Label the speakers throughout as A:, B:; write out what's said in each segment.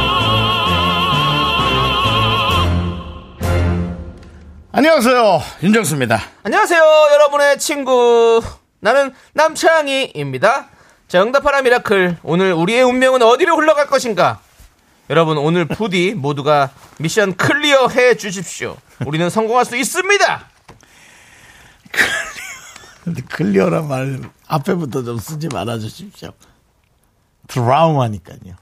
A: 안녕하세요. 윤정수입니다.
B: 안녕하세요, 여러분의 친구. 나는 남창희입니다. 자, 응답하라 미라클. 오늘 우리의 운명은 어디로 흘러갈 것인가? 여러분, 오늘 부디 모두가 미션 클리어 해 주십시오. 우리는 성공할 수 있습니다!
A: 근데 클리어란 말 앞에부터 좀 쓰지 말아 주십시오. 트라우마니까요.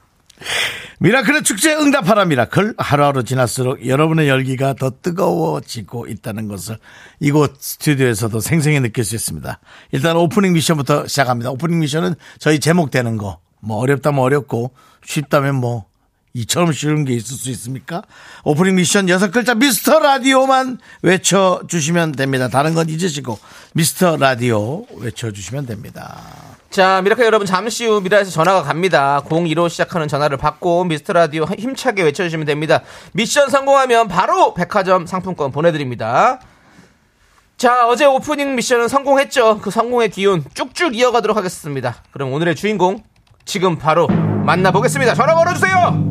A: 미라클의 축제 응답하라 미라클 하루하루 지날수록 여러분의 열기가 더 뜨거워지고 있다는 것을 이곳 스튜디오에서도 생생히 느낄 수 있습니다. 일단 오프닝 미션부터 시작합니다. 오프닝 미션은 저희 제목 되는 거. 뭐 어렵다면 어렵고 쉽다면 뭐 이처럼 쉬운 게 있을 수 있습니까? 오프닝 미션 여섯 글자 미스터 라디오만 외쳐주시면 됩니다. 다른 건 잊으시고 미스터 라디오 외쳐주시면 됩니다.
B: 자, 미라클 여러분, 잠시 후 미라에서 전화가 갑니다. 01로 시작하는 전화를 받고 미스터 라디오 힘차게 외쳐주시면 됩니다. 미션 성공하면 바로 백화점 상품권 보내드립니다. 자, 어제 오프닝 미션은 성공했죠. 그 성공의 기운 쭉쭉 이어가도록 하겠습니다. 그럼 오늘의 주인공, 지금 바로 만나보겠습니다. 전화 걸어주세요!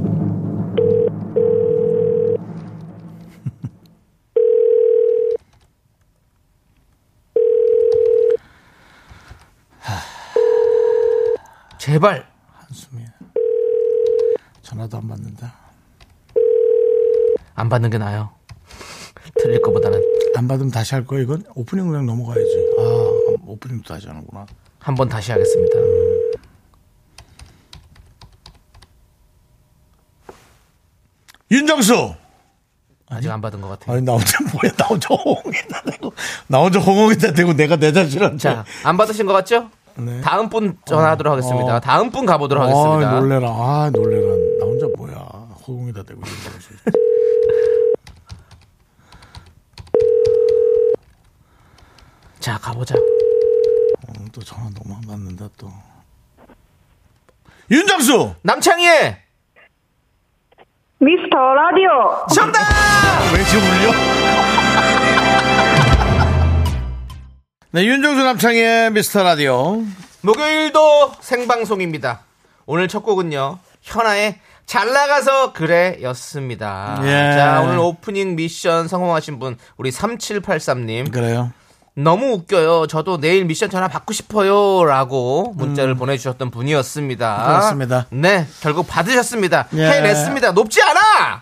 B: 제발.
A: 숨이 전화도 안 받는다.
B: 안 받는 게 나아요. 들릴 것보다는
A: 안 받으면 다시 할 거야 이건 오프닝 그냥 넘어가야지. 아 오프닝도 다시 하는구나.
B: 한 번 다시 하겠습니다.
A: 윤정수.
B: 아직 안 받은 것 같아요.
A: 아니 나 혼자 뭐야 나 혼자 호응했다 대고 나 혼자 호응했다 대고 내가 내 뭐. 자신한테.
B: 자, 안 받으신 것 같죠?
A: 네.
B: 다음 분 전화하도록 하겠습니다.
A: 어.
B: 다음 분 가보도록 하겠습니다.
A: 아 놀래라 아 놀래라 나 혼자 뭐야 호응이다 대고 윤정수.
B: 자, 가보자.
A: 어, 또 전화 너무 안 받는다 또. 윤정수.
B: 남창희의
C: 미스터 라디오
B: 정답!
A: 왜 지금 울려? 네, 윤정수 남창의 미스터 라디오.
B: 목요일도 생방송입니다. 오늘 첫 곡은요, 현아의 잘 나가서 그래 였습니다.
A: 예.
B: 자, 오늘 오프닝 미션 성공하신 분, 우리 3783님.
A: 그래요.
B: 너무 웃겨요. 저도 내일 미션 전화 받고 싶어요. 라고 문자를 보내주셨던 분이었습니다.
A: 음. 그렇습니다.
B: 네, 결국 받으셨습니다.
A: 예.
B: 해냈습니다. 높지 않아!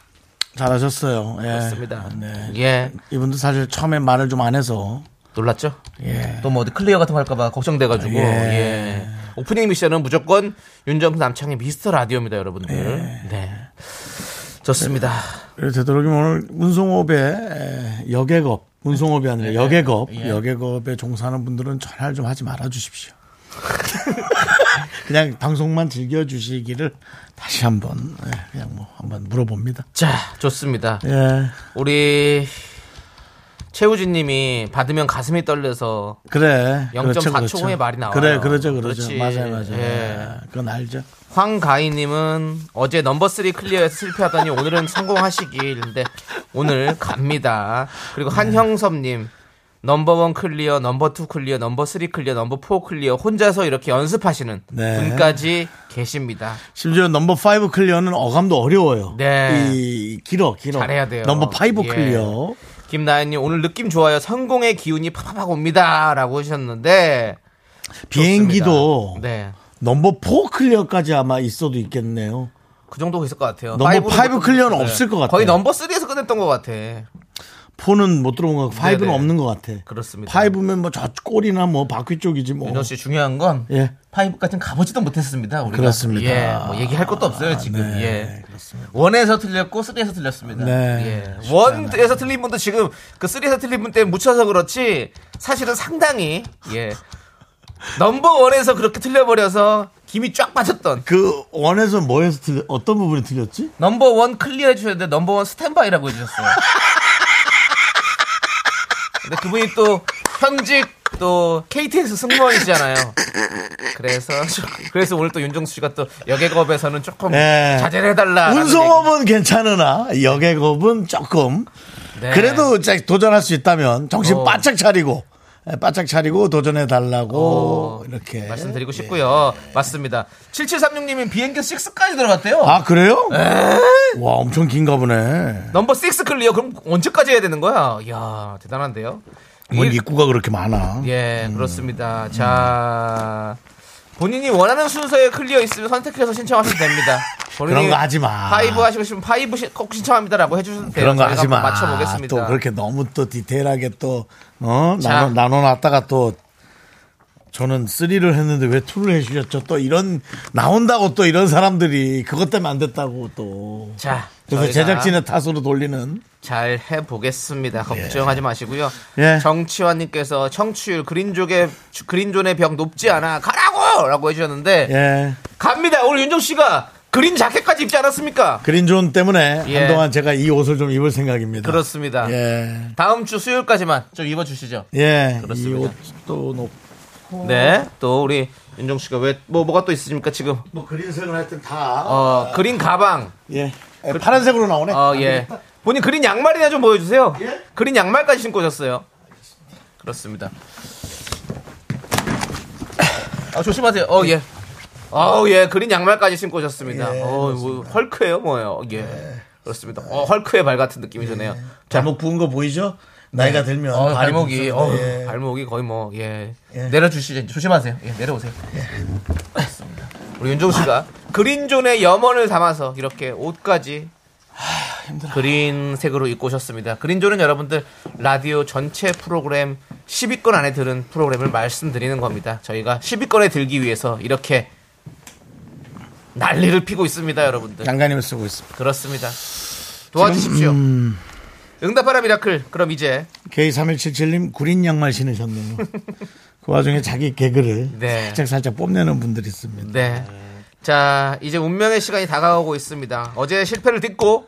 A: 잘하셨어요. 예.
B: 그렇습니다.
A: 네.
B: 예.
A: 이분도 사실 처음에 말을 좀 안 해서.
B: 놀랐죠?
A: 예.
B: 또 뭐 어디 클리어 같은 거 할까봐 걱정돼가지고.
A: 예.
B: 예. 오프닝 미션은 무조건 윤정수 남창의 미스터 라디오입니다, 여러분들. 네. 좋습니다.
A: 그래서 되도록이면 오늘 운송업의 에, 여객업, 운송업이
B: 예,
A: 아니라 여객업, 여객업에 종사하는 분들은 전화를 좀 하지 말아 주십시오. 그냥 방송만 즐겨주시기를 다시 한 번, 예, 그냥 뭐, 한번 물어봅니다.
B: 자, 좋습니다.
A: 예.
B: 우리 최우진 님이 받으면 가슴이 떨려서
A: 0.4초
B: 0.4초 후에 말이 나와요.
A: 그렇죠, 그래, 그러죠, 그러죠.
B: 그렇지.
A: 맞아요, 맞아요.
B: 예.
A: 예, 그건 알죠.
B: 황가희 님은 어제 넘버 3 클리어에서 실패하더니 오늘은 성공하시길. 근데 오늘 갑니다.
A: 네.
B: 그리고 한형섭 님. 넘버 원 클리어, 넘버 투 클리어, 넘버 쓰리 클리어, 넘버 포 클리어 혼자서 이렇게 연습하시는
A: 네.
B: 분까지 계십니다.
A: 심지어 넘버 파이브 클리어는 어감도 어려워요.
B: 네.
A: 이 길어, 길어.
B: 잘해야 돼요.
A: 넘버 파이브
B: 예.
A: 클리어.
B: 김나연님 오늘 느낌 좋아요. 성공의 기운이 팍팍 옵니다라고 하셨는데
A: 비행기도
B: 좋습니다. 네.
A: 넘버 포 클리어까지 아마 있어도 있겠네요.
B: 그 정도 있을 것 같아요.
A: 넘버
B: 파이브는
A: 파이브
B: 못-
A: 클리어는
B: 네.
A: 없을 것 같아요.
B: 거의 넘버 3에서 끝냈던 것 같아.
A: 포는 못 들어온 것 같고 파이브는
B: 네네.
A: 없는 것 같아.
B: 그렇습니다.
A: 파이브면 뭐 저 꼬리나 뭐 바퀴 쪽이지 뭐.
B: 윤정 씨 중요한 건
A: 예.
B: 파이브까지는 가보지도 못했습니다. 우리가.
A: 그렇습니다.
B: 예, 뭐 얘기할 것도 없어요 지금.
A: 네,
B: 예.
A: 그렇습니다.
B: 원에서 틀렸고 3에서 틀렸습니다.
A: 네,
B: 예. 원에서 틀린 분도 지금 그 3에서 틀린 분 때문에 묻혀서 그렇지 사실은 상당히 예. 넘버 원에서 그렇게 틀려버려서 김이 쫙 빠졌던
A: 그 원에서 뭐에서 틀렸, 어떤 부분이 틀렸지?
B: 넘버 원 클리어 해주셨는데 넘버 원 스탠바이라고 해주셨어요. 근데 그분이 또 현직 또 KTX 승무원이시잖아요. 그래서 그래서 오늘 또 윤정수 씨가 또 여객업에서는 조금
A: 네.
B: 자제를 해달라.
A: 운송업은 괜찮으나 여객업은 조금
B: 네.
A: 그래도 이제 도전할 수 있다면 정신
B: 어.
A: 바짝 차리고 예, 바짝 차리고 도전해 달라고 이렇게
B: 어. 말씀드리고 싶고요. 맞습니다. 7736님이 비행기 6까지 들어갔대요.
A: 아 그래요?
B: 네.
A: 와 엄청 긴가 보네.
B: 넘버 6 클리어 그럼 언제까지 해야 되는 거야? 이야 대단한데요.
A: 뭔
B: 우리-
A: 입구가 그렇게 많아.
B: 예, 그렇습니다. 자, 본인이 원하는 순서에 클리어 있으면 선택해서 신청하시면 됩니다. 본인이
A: 그런 거 하지 마.
B: 파이브 하시고 싶으면 파이브 시- 꼭 신청합니다라고 해주셔도 돼요.
A: 그런 거
B: 네, 저희가
A: 하지 마.
B: 한번 맞춰보겠습니다.
A: 또 그렇게 너무 또 디테일하게 또 어?
B: 자.
A: 나눠 나눠 놨다가 또 저는 3를 했는데 왜 2를 해주셨죠? 또 이런 나온다고 또 이런 사람들이 그것 때문에 안 됐다고 또
B: 자,
A: 그래서
B: 저희가
A: 제작진의 탓으로 돌리는
B: 잘 해보겠습니다. 걱정하지 마시고요.
A: 예.
B: 정치환님께서 청취율 그린존의 그린존의 벽 높지 않아 가라고라고 해주셨는데
A: 예
B: 갑니다. 오늘 윤정 씨가 그린 자켓까지 입지 않았습니까?
A: 그린존 때문에
B: 예.
A: 한동안 제가 이 옷을 좀 입을 생각입니다.
B: 그렇습니다.
A: 아, 예.
B: 다음 주 수요일까지만 좀 입어주시죠.
A: 예, 이
B: 그렇습니다.
A: 옷도 높.
B: 네, 또 우리 윤정 씨가 왜 뭐 뭐가 또 있으십니까 지금?
A: 뭐 그린색은 하여튼 다.
B: 어 그린 가방,
A: 예. 예, 파란색으로 나오네.
B: 어 예, 본인 그린 양말이나 좀 보여주세요.
A: 예?
B: 그린 양말까지 신고 오셨어요. 그렇습니다. 아 조심하세요. 어 예. 아우 예 그린 양말까지 신고 오셨습니다. 어뭐 헐크예요 뭐예요? 예. 그렇습니다. 어 헐크의 발 같은 느낌이 드네요. 자,
A: 발목 부은 거 보이죠? 나이가 들면
B: 어,
A: 발이
B: 발목이
A: 붓습니다.
B: 어,
A: 예.
B: 발목이 거의 뭐 예.
A: 예.
B: 내려주시죠 조심하세요 예, 내려오세요 알겠습니다. 우리 윤종 씨가 그린존의 염원을 담아서 이렇게 옷까지 그린색으로 입고 오셨습니다 그린존은 여러분들 라디오 전체 프로그램 10위권 안에 드는 프로그램을 말씀드리는 겁니다 저희가 10위권에 들기 위해서 이렇게 난리를 피고 있습니다 여러분들
A: 장관님을 네. 쓰고 있습니다.
B: 그렇습니다 도와주십시오 응답하라 미라클 그럼 이제
A: K3177님 구린 양말 신으셨네요. 그 와중에 자기 개그를
B: 네.
A: 살짝 살짝 뽐내는 분들이 있습니다.
B: 네. 자, 이제 운명의 시간이 다가오고 있습니다. 어제 실패를 딛고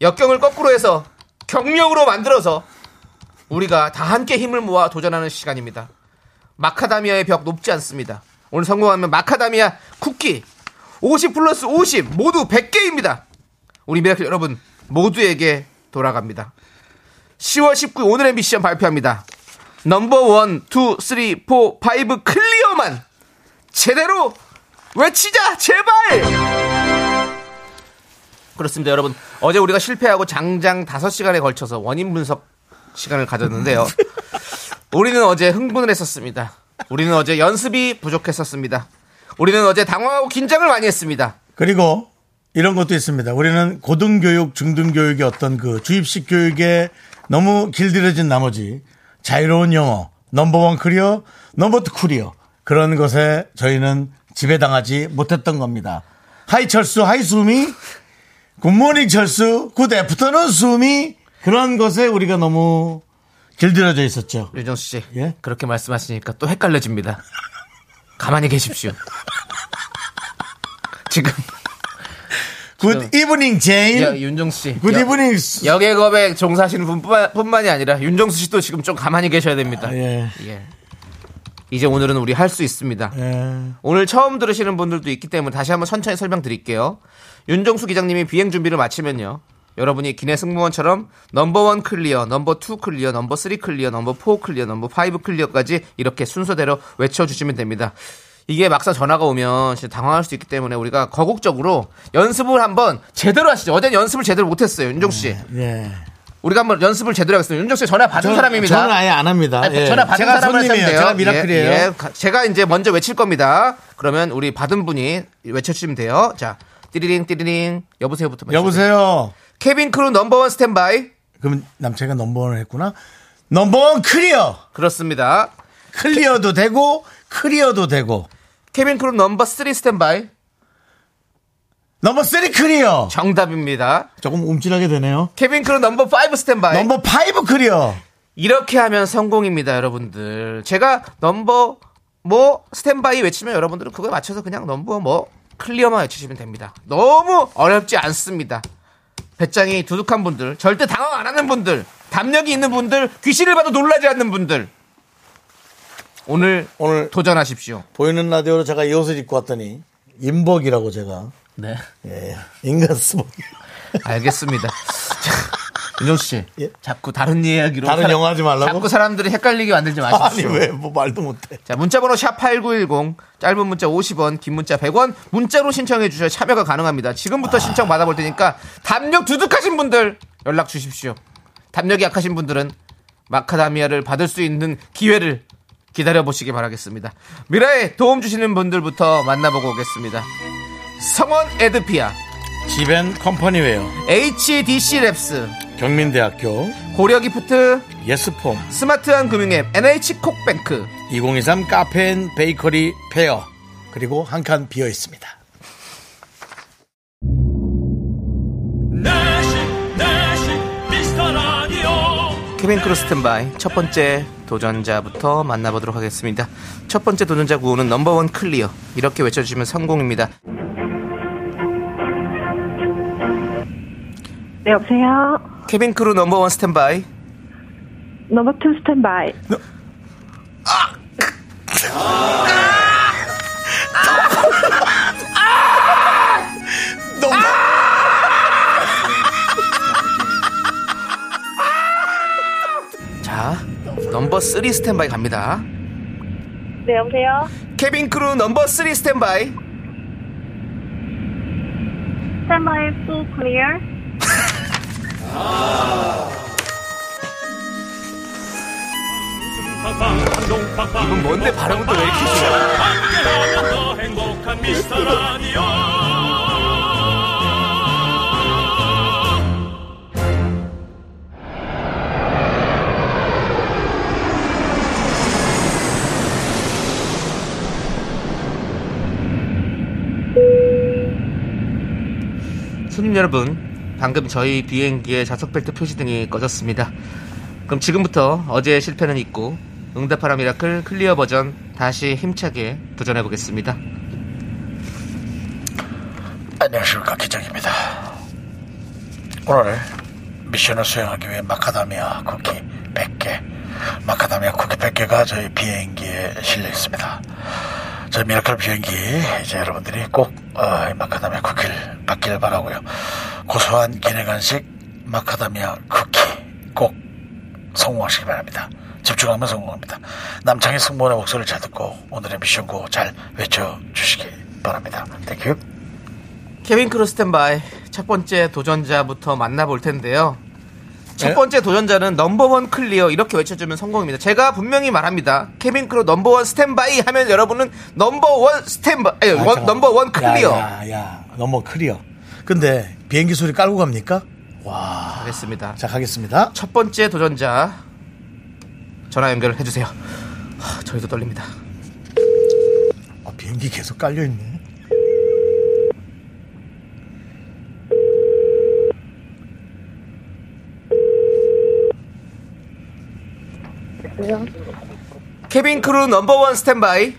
B: 역경을 거꾸로 해서 경력으로 만들어서 우리가 다 함께 힘을 모아 도전하는 시간입니다. 마카다미아의 벽 높지 않습니다. 오늘 성공하면 마카다미아 쿠키 50 플러스 50 모두 100개입니다. 우리 미라클 여러분 모두에게 돌아갑니다. 10월 19일 오늘의 미션 발표합니다. 넘버 1, 2, 3, 4, 5 클리어만 제대로 외치자 제발 그렇습니다 여러분 어제 우리가 실패하고 장장 5시간에 걸쳐서 원인 분석 시간을 가졌는데요 우리는 어제 흥분을 했었습니다 우리는 어제 연습이 부족했었습니다 우리는 어제 당황하고 긴장을 많이 했습니다
A: 그리고 이런 것도 있습니다. 우리는 고등교육, 중등교육의 어떤 그 주입식 교육에 너무 길들여진 나머지 자유로운 영어, 넘버원 커리어, 넘버투 커리어 그런 것에 저희는 지배당하지 못했던 겁니다. 하이 철수, 하이 수미, 굿모닝 철수, 굿 애프터는 수미 그런 것에 우리가 너무 길들여져 있었죠.
B: 윤정수 씨
A: 예?
B: 그렇게 말씀하시니까 또 헷갈려집니다 가만히 계십시오 지금
A: 굿 이브닝
B: 야,
A: 제인,
B: 윤정수 씨
A: 굿
B: 여-
A: 이브닝
B: 여객업에 종사하시는 분뿐만, 뿐만이 아니라 윤정수 씨도 지금 좀 가만히 계셔야 됩니다.
A: 예.
B: 예. 이제 오늘은 우리 할 수 있습니다.
A: 예.
B: 오늘 처음 들으시는 분들도 있기 때문에 다시 한번 천천히 설명드릴게요. 윤정수 기장님이 비행 준비를 마치면요. 여러분이 기내 승무원처럼 넘버 1 클리어, 넘버 2 클리어, 넘버 3 클리어, 넘버 4 클리어, 넘버 5 클리어까지 이렇게 순서대로 외쳐주시면 됩니다. 이게 막상 전화가 오면 진짜 당황할 수 있기 때문에 우리가 거국적으로 연습을 한번 제대로 하시죠. 어제는 연습을 제대로 못했어요. 윤정수 씨.
A: 예.
B: 우리가 한번 연습을 제대로 하겠습니다. 윤정 씨 전화 받은
A: 저는-
B: 사람입니다.
A: 저는 아예 안 합니다.
B: 아니,
A: 예.
B: 전화 받은
A: 제가
B: 사람을
A: 손님이에요.
B: 하시면 돼요.
A: 제가 미라클이에요.
B: 예, 예. 가- 제가 이제 먼저 외칠 겁니다. 그러면 우리 받은 분이 외쳐주시면 돼요. 자, 띠리링 띠리링 여보세요부터 외쳐주세요.
A: 여보세요.
B: 케빈 크루 넘버원 스탠바이.
A: 그럼 남자가 넘버원을 했구나. 넘버원 클리어.
B: 그렇습니다.
A: 클리어도 되고 클리어도 되고.
B: 케빈 크루 넘버 쓰리 스탠바이.
A: 넘버 쓰리 클리어.
B: 정답입니다.
A: 조금 움찔하게 되네요.
B: 케빈 크루 넘버 파이브 스탠바이.
A: 네. 넘버 파이브 클리어.
B: 이렇게 하면 성공입니다, 여러분들. 제가 넘버 뭐 스탠바이 외치면 여러분들은 그거에 맞춰서 그냥 넘버 뭐 클리어만 외치시면 됩니다. 너무 어렵지 않습니다. 배짱이 두둑한 분들, 절대 당황 안 하는 분들, 담력이 있는 분들, 귀신을 봐도 놀라지 않는 분들. 오늘
A: 오늘
B: 도전하십시오.
A: 보이는 라디오로 제가 이 옷을 입고 왔더니 인복이라고 제가
B: 네.
A: 예, 인간 스복
B: 알겠습니다. 자, 윤정수 씨,
A: 예?
B: 자꾸 다른 이야기로
A: 다른 영화 하지 말라고?
B: 자꾸 사람들이 헷갈리게 만들지
A: 아니
B: 마십시오.
A: 왜 뭐 말도 못해
B: 자, 문자번호 샵8910, 짧은 문자 50원, 긴 문자 100원, 문자로 신청해 주셔야 참여가 가능합니다. 지금부터 신청 받아볼 테니까, 담력 두둑하신 분들 연락 주십시오. 담력이 약하신 분들은 마카다미아를 받을 수 있는 기회를 기다려보시기 바라겠습니다. 미라에 도움 주시는 분들부터 만나보고 오겠습니다. 성원 에드피아,
A: 지벤 컴퍼니웨어
B: HDC 랩스,
A: 경민대학교
B: 고려기프트,
A: 예스폼
B: 스마트한 금융앱, NH콕뱅크,
A: 2023 카페인 베이커리 페어 그리고 한 칸 비어 있습니다
D: 내식 내식 미스터 라디오
B: 케빈 크루 스탠바이 첫 번째 도전자부터 만나보도록 하겠습니다. 첫 번째 도전자 구호는 넘버원 클리어 이렇게 외쳐주시면 성공입니다.
C: 네, 여보세요.
B: 케빈 크루 넘버원 스탠바이
C: 넘버 투 스탠바이.
B: 자 넘버 쓰리 스탠바이 갑니다.
C: 네, 여보세요.
B: 케빈 크루 넘버 쓰리 스탠바이
C: 스탠바이 풀 클리어.
D: 빵빵 감동 빵빵
B: 이분 뭔데 발음은 또왜 이렇게 좋아?
D: 함께하면 더 행복한 미스터 라디오
B: 손님 여러분, 방금 저희 비행기의 좌석벨트 표시등이 꺼졌습니다. 그럼 지금부터 어제의 실패는 잊고 응답하라 미라클 클리어 버전 다시 힘차게 도전해 보겠습니다.
A: 안녕하십니까 기장입니다. 오늘 미션을 수행하기 위해 마카다미아 쿠키 100개, 마카다미아 쿠키 100개가 저희 비행기에 실려 있습니다. 저희 미라클 비행기 이제 여러분들이 꼭 어, 이 마카다미아 쿠키를 받기를 바라고요. 고소한 기내 간식 마카다미아 쿠키 꼭 성공하시기 바랍니다. 집중하면 성공합니다. 남창희 승무원의 목소리를 잘 듣고 오늘의 미션 구호 잘 외쳐주시기 바랍니다. 땡큐.
B: 케빈 크루 스탠바이 첫 번째 도전자부터 만나볼 텐데요. 첫
A: 네?
B: 번째 도전자는 넘버원 클리어 이렇게 외쳐주면 성공입니다. 제가 분명히 말합니다. 케빈 크루 넘버원 스탠바이 하면 여러분은 넘버원 스탠바이, 아니,
A: 아,
B: 원,
A: 잠깐만.
B: 넘버원 클리어.
A: 야, 야, 야, 넘버 클리어. 근데 비행기 소리 깔고 갑니까? 와.
B: 하겠습니다.
A: 자, 가겠습니다.
B: 첫 번째 도전자 전화 연결해 주세요. 저희도 떨립니다.
A: 아, 비행기 계속 깔려있네.
B: 케빈 크루 넘버원 스탠바이.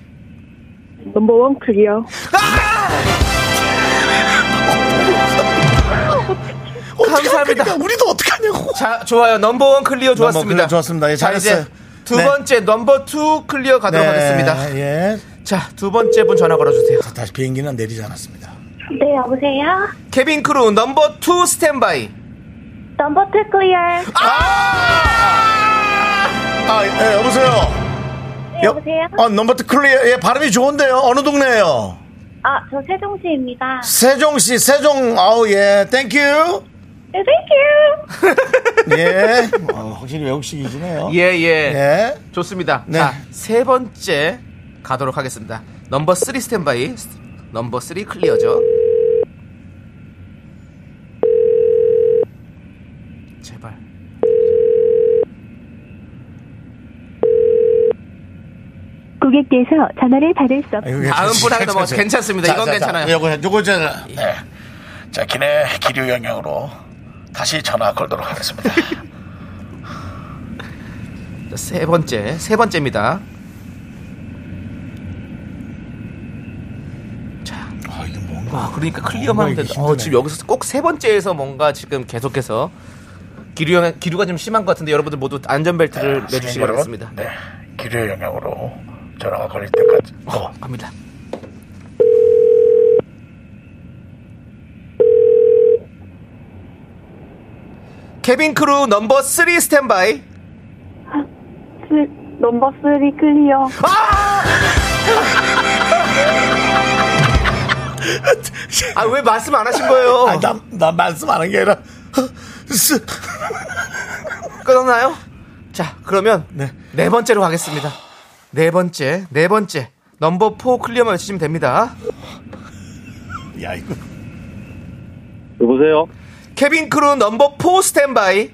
C: 넘버 원 클리어.
B: 감사합니다.
A: 그러니까 우리도 어떡하냐고.
B: 자, 좋아요. 넘버원 클리어 좋았습니다.
A: 클리어 좋았습니다. 예,
B: 자, 이제
A: 잘했어요.
B: 두
A: 네.
B: 번째 넘버 투 클리어 가도록 하겠습니다.
A: 예.
B: 자, 두 번째 분 전화 걸어주세요.
A: 자, 다시 비행기는 내리지 않았습니다.
C: 네, 여보세요.
B: 케빈 크루 넘버 투 스탠바이.
C: 넘버 투 클리어.
A: 아, 예, 여보세요.
C: 네, 여보세요.
A: 아, 넘버 투 클리어. 예, 발음이 좋은데요. 어느 동네예요
C: 아, 저 세종시입니다.
A: 세종시, 세종, 아우, 예, 땡큐.
C: 네, 땡큐.
A: 예. 어, 확실히 외국식이시네요.
B: 예, 예.
A: 예.
B: 좋습니다.
A: 네.
B: 자, 세 번째 가도록 하겠습니다. 넘버 쓰리 스탠바이. 넘버 쓰리 클리어죠. 제발.
C: 고객께서 전화를 받을 수 없.
A: 아이고, 괜찮-
B: 다음 분하고 넘어가-
A: 괜찮-
B: 괜찮습니다. 이건 괜찮아요.
A: 요거 요거 저
E: 네. 자, 기내 기류 영향으로 다시 전화 걸도록 하겠습니다.
A: 네,
B: 자, 세 번째, 세 번째입니다. 자,
A: 아, 이게 뭔가
B: 와, 그러니까 클리어만 하면
A: 이게
B: 된다. 어,
A: 힘드네.
B: 지금 여기서 꼭 세 번째에서 뭔가 지금 계속해서 기류, 기류가 좀 심한 것 같은데 여러분들 모두
A: 아,
B: 안전벨트를 매주시기
E: 여러분,
B: 바라겠습니다.
E: 네. 기류의 영향으로 전화가 걸릴 때까지. 어,
B: 갑니다. 케빈 크루 넘버 3 스탠바이.
C: 넘버 쓰리 클리어.
B: 아 왜 말씀 안 하신 거예요?
A: 아, 나, 나 말씀 안 한 게 아니라. 어, 쓰-
B: 끊었나요? 자, 그러면
A: 네.
B: 네. 번째로 가겠습니다. 네 번째, 네 번째. 넘버 4 클리어만 외치시면 됩니다.
A: 야, 이거.
F: 여보세요?
B: 케빈 크루 넘버 4 스탠바이.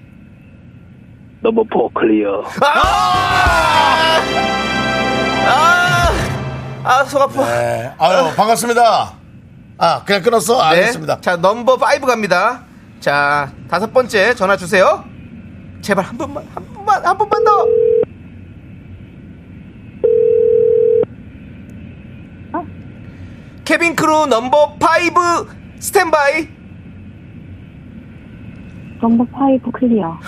F: 넘버 4 클리어.
B: 아! 아! 아, 속 아파.
A: 네.
E: 어.
A: 아유, 반갑습니다. 아, 그냥 끊었어?
B: 네.
A: 알겠습니다.
B: 자, 넘버 5 갑니다. 자, 다섯 번째 전화 주세요. 제발 한 번만, 한 번만, 한 번만 더. 케빈 크루 넘버 5 스탠바이.
C: 넘버 파이브 클리어.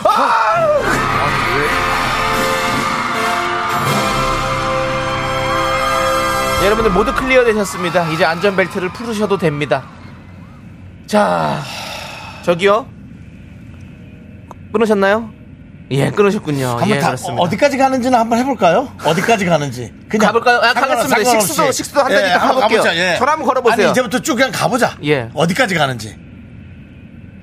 B: 여러분들 모두 클리어 되셨습니다. 이제 안전벨트를 풀으셔도 됩니다. 자, 저기요. 끊으셨나요? 예, 끊으셨군요.
A: 한번
B: 예,
A: 다,
B: 그렇습니다.
A: 어디까지 가는지는 한번 해볼까요? 어디까지 가는지. 그냥.
B: 가볼까요? 아,
A: 상관없-
B: 가겠습니다.
A: 상관없이. 예,
B: 식수도- 식수도 한다니까
A: 한번
B: 가볼게요.
A: 가보자,
B: 전화 한번 걸어보세요.
A: 아니, 이제부터 쭉 그냥 가보자.
B: 예.
A: 어디까지 가는지.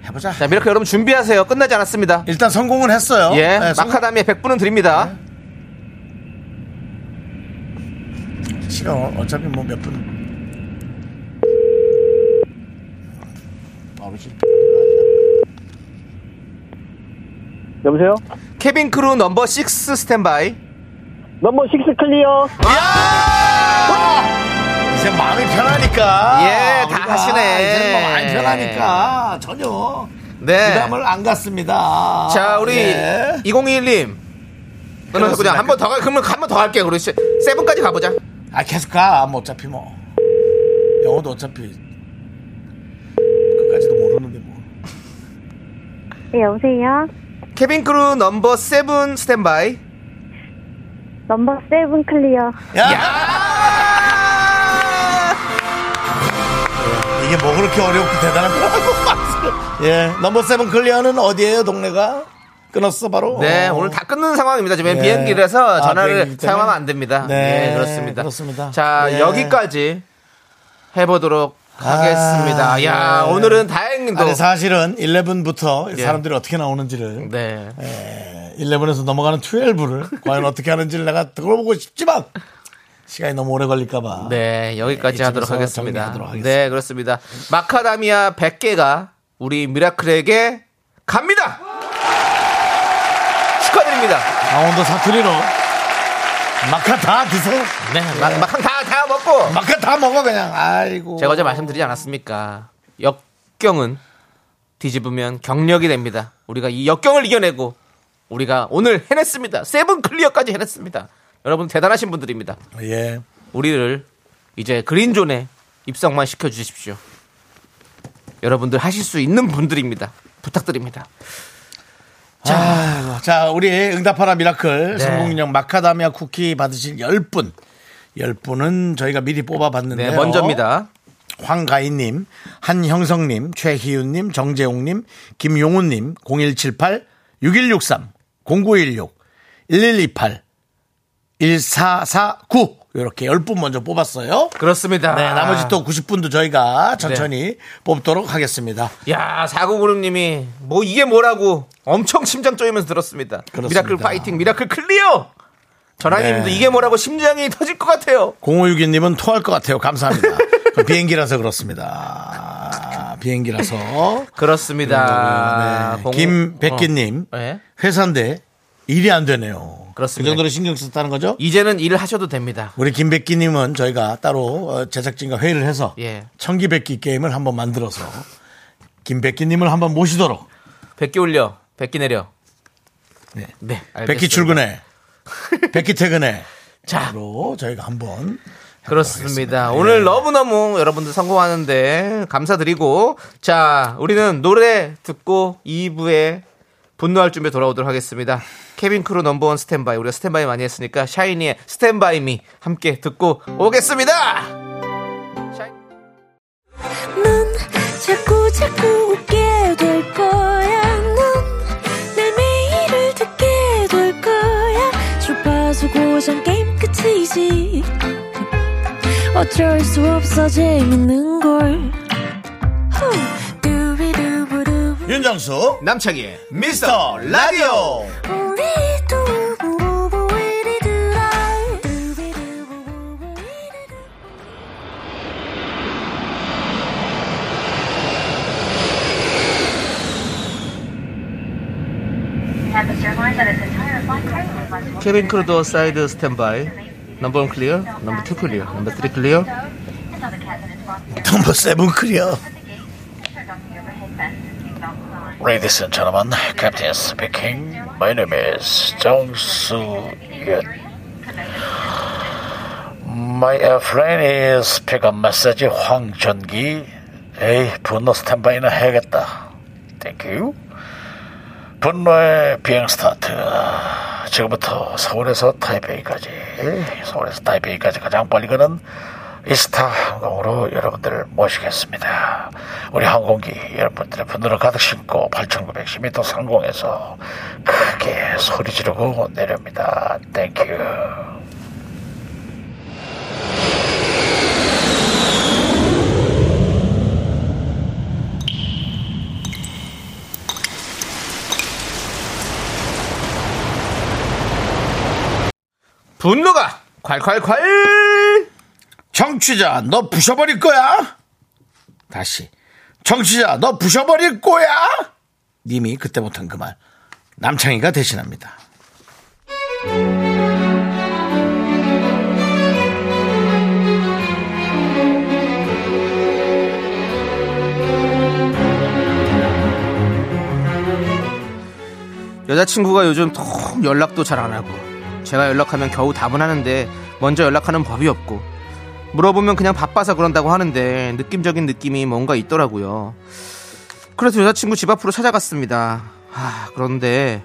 A: 해보자.
B: 자, 이렇게 여러분 준비하세요. 끝나지 않았습니다.
A: 일단 성공은 했어요.
B: 예,
A: 네, 성공-
B: 마카다미에 100분은 드립니다.
A: 시간 어- 어차피 뭐 몇 분. 바로 실-
F: 여보세요?
B: 케빈 크루 넘버 6 스탠바이.
F: 넘버 6 클리어.
A: 이제 마음이 편하니까.
B: 예, 다
A: 우리가
B: 하시네.
A: 이제 뭐 마음이 편하니까 전혀
B: 네.
A: 부담을 안 갔습니다.
B: 자, 우리
A: 예.
B: 2021님. 끊으셨군요.
A: 그렇습니다.
B: 한 번 더 가, 그러면 한 번 더 할게요. 그러시 세븐까지 가보자.
A: 아 계속 가. 뭐 어차피 뭐 영어도 어차피 끝까지도 모르는데 뭐.
C: 네, 여보세요.
B: 케빈 크루 넘버 7 스탠바이.
C: 넘버 세븐 클리어.
A: 야, 이게 뭐 그렇게 어렵고 대단한 거라고 예, 넘버 세븐 클리어는 어디예요 동네가? 끊었어 바로.
B: 네,
A: 어.
B: 오늘 다 끊는 상황입니다. 지금
A: 예.
B: 비행기라서
A: 아,
B: 전화를
A: 비행기 때문에?
B: 사용하면 안 됩니다.
A: 네,
B: 네, 그렇습니다.
A: 그렇습니다.
B: 자,
A: 예.
B: 여기까지 해보도록 하겠습니다.
A: 아,
B: 야,
A: 예.
B: 오늘은 다행히도.
A: 아니 사실은 11부터
B: 예.
A: 사람들이 어떻게 나오는지를
B: 네.
A: 11에서 넘어가는 12를 과연 어떻게 하는지를 내가 들어보고 싶지만 시간이 너무 오래 걸릴까봐
B: 네, 여기까지
A: 아, 네,
B: 하도록
A: 이쯤에서
B: 하겠습니다.
A: 정리하도록 하겠습니다.
B: 네, 그렇습니다. 마카다미아 100개가 우리 미라클에게 갑니다! 축하드립니다.
A: 강원도 사투리로 마카 다 드세요
B: 네, 막, 막항 다, 다 먹고!
A: 마카 다 먹어 그냥 아이고
B: 제가 어제 말씀드리지 않았습니까? 역경은 뒤집으면 경력이 됩니다. 우리가 이 역경을 이겨내고 우리가 오늘 해냈습니다. 세븐 클리어까지 해냈습니다. 여러분 대단하신 분들입니다.
A: 예.
B: 우리를 이제 그린존에 입성만 시켜주십시오. 여러분들 하실 수 있는 분들입니다. 부탁드립니다.
A: 자, 자, 우리 응답하라 미라클
B: 네.
A: 성공인형 마카다미아 쿠키 받으실 10분. 10분은 저희가 미리 뽑아봤는데요.
B: 네, 먼저입니다.
A: 황가인님, 한형성님, 최희윤님, 정재용님, 김용훈님, 0178, 6163, 0916, 1128, 1449. 이렇게 10분 먼저 뽑았어요.
B: 그렇습니다.
A: 네, 나머지 또 90분도 저희가 천천히
B: 네.
A: 뽑도록 하겠습니다.
B: 야, 4996님이, 뭐, 이게 뭐라고 엄청 심장 쪼이면서 들었습니다.
A: 그렇습니다.
B: 미라클 파이팅, 미라클 클리어! 전화님도
A: 네.
B: 이게 뭐라고 심장이 터질 것 같아요.
A: 0562님은 토할 것 같아요. 감사합니다. 그 비행기라서 그렇습니다. 비행기라서.
B: 그렇습니다.
A: 네.
B: 아, 공-
A: 김백기님,
B: 어. 네.
A: 회사인데 일이 안 되네요.
B: 그렇습니다.
A: 그 정도로 신경 썼다는 거죠?
B: 이제는 일을 하셔도 됩니다.
A: 우리 김백기님은 저희가 따로 어, 제작진과 회의를 해서
B: 예.
A: 청기백기 게임을 한번 만들어서 김백기님을 한번 모시도록
B: 백기 올려, 백기 내려.
A: 네.
B: 네. 알겠습니다.
A: 백기 출근해, 백기 퇴근해.
B: 자,
A: 로 저희가 한번
B: 그렇습니다. 예. 오늘 너무너무 여러분들 성공하는데 감사드리고, 자, 우리는 노래 듣고 2부에 분노할 준비 돌아오도록 하겠습니다. 케빈 크루 넘버원 스탠바이. 우리가 스탠바이 많이 했으니까 샤이니의 스탠바이 미 함께 듣고 오겠습니다. 샤이-
G: 넌 자꾸 자꾸 웃게 될 거야. 넌내 매일을 듣게 될 거야. 주파수 고정 게임 끝이지. 어쩔 수 없어 재밌는 걸. 후. 두비두부두.
A: 윤정수
B: 남창희의 미스터 라디오.
G: 우리 두부부부 우리 두라. 두비두부부부 우리 두라.
B: 케빈 크루도 사이드 스탠바이. 넘버원 클리어, 넘버 투 클리어, 넘버 쓰리 클리어.
A: 넘버 뭐 세븐 클리어
E: Ladies and gentlemen, Captain speaking. My name is 정수 Yun. My uh, friend is pick up message 황전기. 에이, 분노 스탠바이나 해야겠다. Thank you. 분노의 비행 스타트. 지금부터 서울에서 타이베이까지, 서울에서 타이베이까지 가장 빨리 가는 이스타 항공으로 여러분들을 모시겠습니다. 우리 항공기 여러분들의 분노를 가득 싣고 8,910m 상공에서 크게 소리 지르고 내립니다. 땡큐.
B: 분노가 콸콸콸!
A: 정취자 너 부셔버릴 거야 다시 정취자 너 부셔버릴 거야 님이 그때 못한 그 말 남창희가 대신합니다
B: 여자친구가 요즘 통 연락도 잘 안 하고 제가 연락하면 겨우 답은 하는데 먼저 연락하는 법이 없고 물어보면 그냥 바빠서 그런다고 하는데 느낌적인 느낌이 뭔가 있더라고요. 그래서 여자친구 집 앞으로 찾아갔습니다. 아, 그런데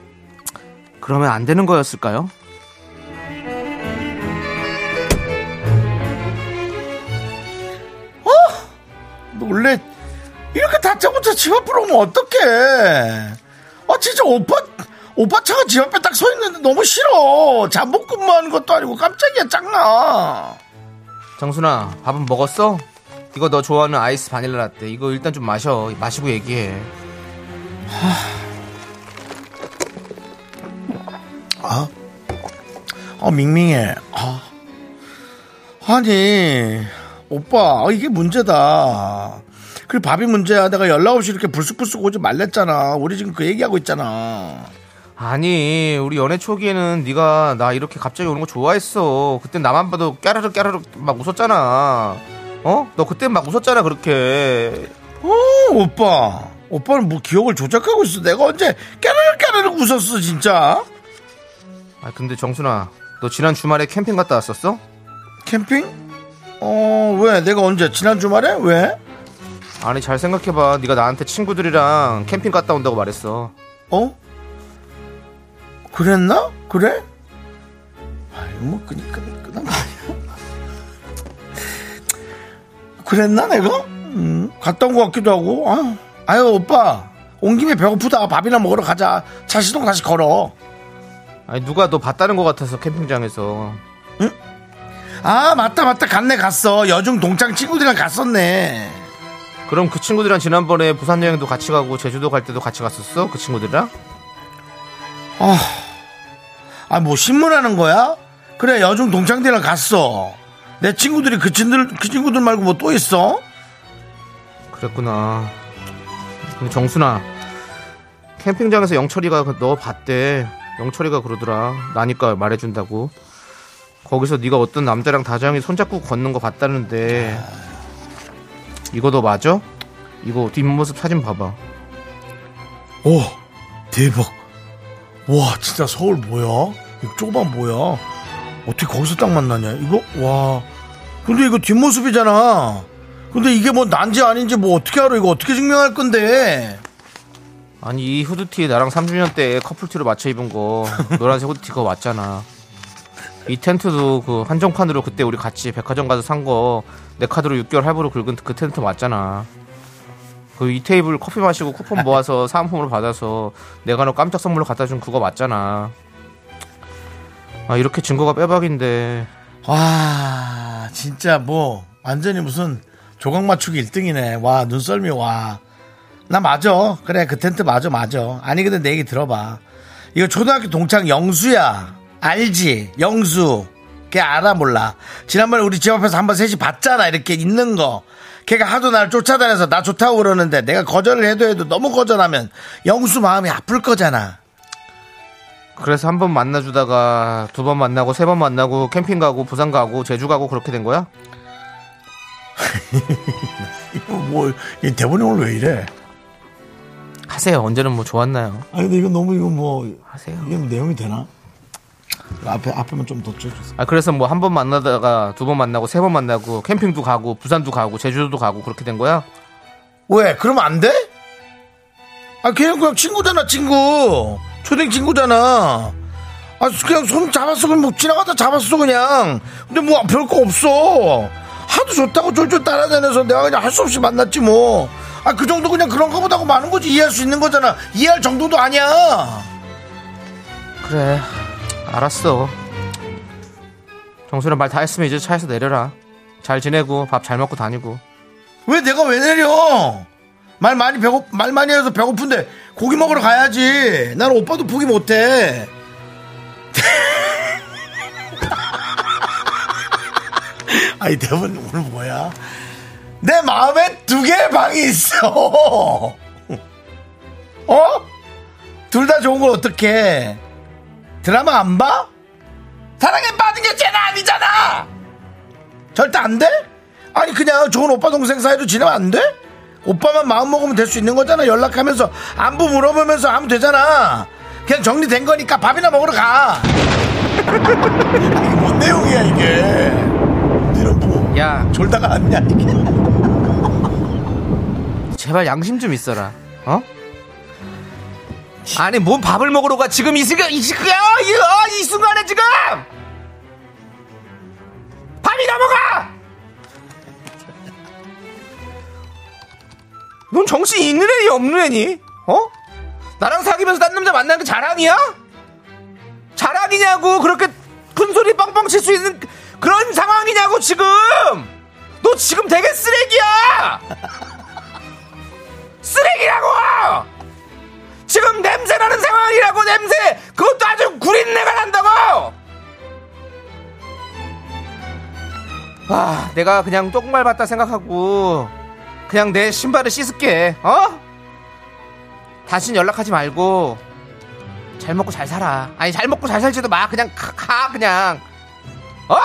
B: 그러면 안 되는 거였을까요?
A: 원래 이렇게 다짜고짜 집 앞으로 오면 어떡해 아 진짜 오빠 오빠 차가 집 앞에 딱 서 있는데 너무 싫어 잠복 근무하는 것도 아니고 깜짝이야 짱나
B: 정순아, 밥은 먹었어? 이거 너 좋아하는 아이스 바닐라 라떼. 이거 일단 좀 마셔. 마시고 얘기해.
A: 아 밍밍해. 아. 아니 오빠 아, 이게 문제다. 그리고 밥이 문제야. 내가 연락 없이 이렇게 불쑥불쑥 오지 말랬잖아. 우리 지금 그 얘기하고 있잖아.
B: 아니 우리 연애 초기에는 네가 나 이렇게 갑자기 오는 거 좋아했어 그때 나만 봐도 깨르르 깨르르 막 웃었잖아 어? 너 그때 막 웃었잖아 그렇게
A: 어 오빠. 오빠는 뭐 기억을 조작하고 있어. 내가 언제 깨르륵 깨르륵 웃었어 진짜.
B: 아 근데 정순아 너 지난 주말에 캠핑 갔다 왔었어?
A: 캠핑? 어 왜? 내가 언제? 지난 주말에? 왜?
B: 아니 잘 생각해봐 네가 나한테 친구들이랑 캠핑 갔다 온다고 말했어
A: 어? 그랬나? 그래? 아이, 뭐, 그니, 그, 그난 거 아니야. 그랬나, 내가? 음, 갔다 온 것 같기도 하고, 아, 아유, 오빠. 온 김에 배고프다. 밥이나 먹으러 가자. 차 시동 다시 걸어.
B: 아니 누가 너 봤다는 것 같아서 캠핑장에서
A: 아, 맞다, 맞다. 갔네, 갔어. 여중 동창 친구들이랑 갔었네.
B: 그럼 그 친구들이랑 지난번에 부산 여행도 같이 가고 제주도 갈 때도 같이 갔었어? 그 친구들이랑?
A: 아, 뭐, 신문하는 거야? 그래, 여중 동창들이랑 갔어. 내 친구들이 그 친들, 그 친구들 말고 뭐 또 있어?
B: 그랬구나. 근데 정순아, 캠핑장에서 영철이가 그- 너 봤대. 영철이가 그러더라. 나니까 말해준다고. 거기서 네가 어떤 남자랑 다정히 손잡고 걷는 거 봤다는데 이거 너 맞아? 이거 뒷모습 사진 봐봐.
A: 오 대박 와 진짜 서울 뭐야 이거 조그만 뭐야 어떻게 거기서 딱 만나냐 이거 와 근데 이거 뒷모습이잖아 근데 이게 뭐 난지 아닌지 뭐 어떻게 알아 이거 어떻게 증명할 건데
B: 아니 이 후드티 나랑 3주년 때 커플티로 맞춰 입은 거 노란색 후드티 그거 맞잖아 이 텐트도 그 한정판으로 그때 우리 같이 백화점 가서 산 거 내 카드로 6개월 할부로 긁은 그 텐트 맞잖아 그 이 테이블 커피 마시고 쿠폰 모아서 사은품으로 받아서 내가 너 깜짝 선물로 갖다 준 그거 맞잖아 아 이렇게 증거가 빼박인데
A: 와 진짜 뭐 완전히 무슨 조각 맞추기 1등이네 와 눈썰미 와나 맞아 그래 그 텐트 맞아 맞아 아니 근데 내 얘기 들어봐 이거 초등학교 동창 영수야 알지 영수 걔 알아 몰라 지난번에 우리 집 앞에서 한번 셋이 봤잖아 이렇게 있는 거 걔가 하도 나를 쫓아다녀서 나 좋다고 그러는데 내가 거절을 해도 해도 너무 거절하면 영수 마음이 아플 거잖아
B: 그래서 한 번 만나주다가 두 번 만나고 세 번 만나고 캠핑 가고 부산 가고 제주 가고 그렇게 된 거야?
A: 이거 뭐 이 대본이 오늘 왜 이래
B: 하세요 언제는 뭐 좋았나요?
A: 아 근데 이거 너무 이거 뭐
B: 하세요.
A: 이게 내용이 되나? 앞에 앞에만 좀 덧쳐주세요.
B: 아 그래서 뭐 한 번 만나다가 두 번 만나고 세 번 만나고 캠핑도 가고 부산도 가고 제주도도 가고 그렇게 된 거야?
A: 왜? 그러면 안 돼? 아 걔는 그냥 친구잖아 친구 초딩 친구잖아. 아 그냥 손 잡았어 그냥 뭐 지나가다 잡았어 그냥. 근데 뭐 별거 없어. 하도 좋다고 졸졸 따라다녀서 내가 그냥 할 수 없이 만났지 뭐. 아 그 정도 그냥 그런 거보다고 많은 거지 이해할 수 있는 거잖아. 이해할 정도도 아니야.
B: 그래 알았어 정수랑 말 다 했으면 이제 차에서 내려라 잘 지내고 밥 잘 먹고 다니고
A: 왜 내가 왜 내려? 말 많이 배고 말 많이 해서 배고픈데 고기 먹으러 가야지. 난 오빠도 포기 못해. 아이 대본 오늘 뭐야? 내 마음에 두 개의 방이 있어. 어? 둘 다 좋은 걸 어떻게? 드라마 안 봐? 사랑에 빠진 게 죄는 아니잖아. 절대 안 돼? 아니 그냥 좋은 오빠 동생 사이로 지내면 안 돼? 오빠만 마음 먹으면 될 수 있는 거잖아 연락하면서 안부 물어보면서 하면 되잖아 그냥 정리된 거니까 밥이나 먹으러 가 이게 뭔 내용이야 이게 이런 뭐
B: 야
A: 졸다가 왔냐 이게
B: 제발 양심 좀 있어라 어? 아니 뭔 밥을 먹으러 가 지금 이 순간 이, 순간, 아, 이, 아, 이 순간에 지금 밥이 넘어가 넌 정신 있는 애니 없는 애니 어? 나랑 사귀면서 딴 남자 만나는 게 자랑이야? 자랑이냐고 그렇게 큰 소리 빵빵 칠 수 있는 그런 상황이냐고 지금 너 지금 되게 쓰레기야 쓰레기라고! 지금 냄새나는 상황이라고 냄새! 그것도 아주 구린 내가 난다고! 아, 내가 그냥 똥말 봤다 생각하고 그냥 내 신발을 씻을게. 어? 다신 연락하지 말고 잘 먹고 잘 살아. 아니 잘 먹고 잘 살지도 마. 그냥 가, 가 그냥. 어?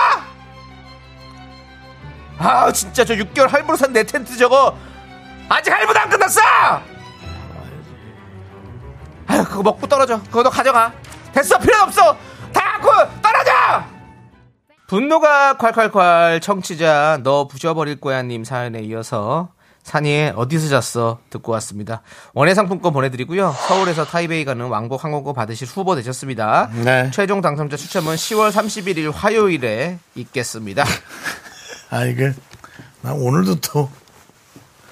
B: 아 진짜 저 6개월 할부로 산 내 텐트 저거 아직 할부도 안 끝났어! 아유, 그거 먹고 떨어져. 그거 너 가져가. 됐어, 필요는 없어! 다 갖고 떨어져! 분노가 콸콸콸 청취자 너 부셔버릴 거야님 사연에 이어서 산이의 어디서 잤어 듣고 왔습니다. 원예 상품권 보내드리고요. 서울에서 타이베이 가는 왕복 항공권 받으실 후보 되셨습니다.
A: 네.
B: 최종 당첨자 추첨은 10월 31일 화요일에 있겠습니다.
A: 아 이게 나 오늘도 또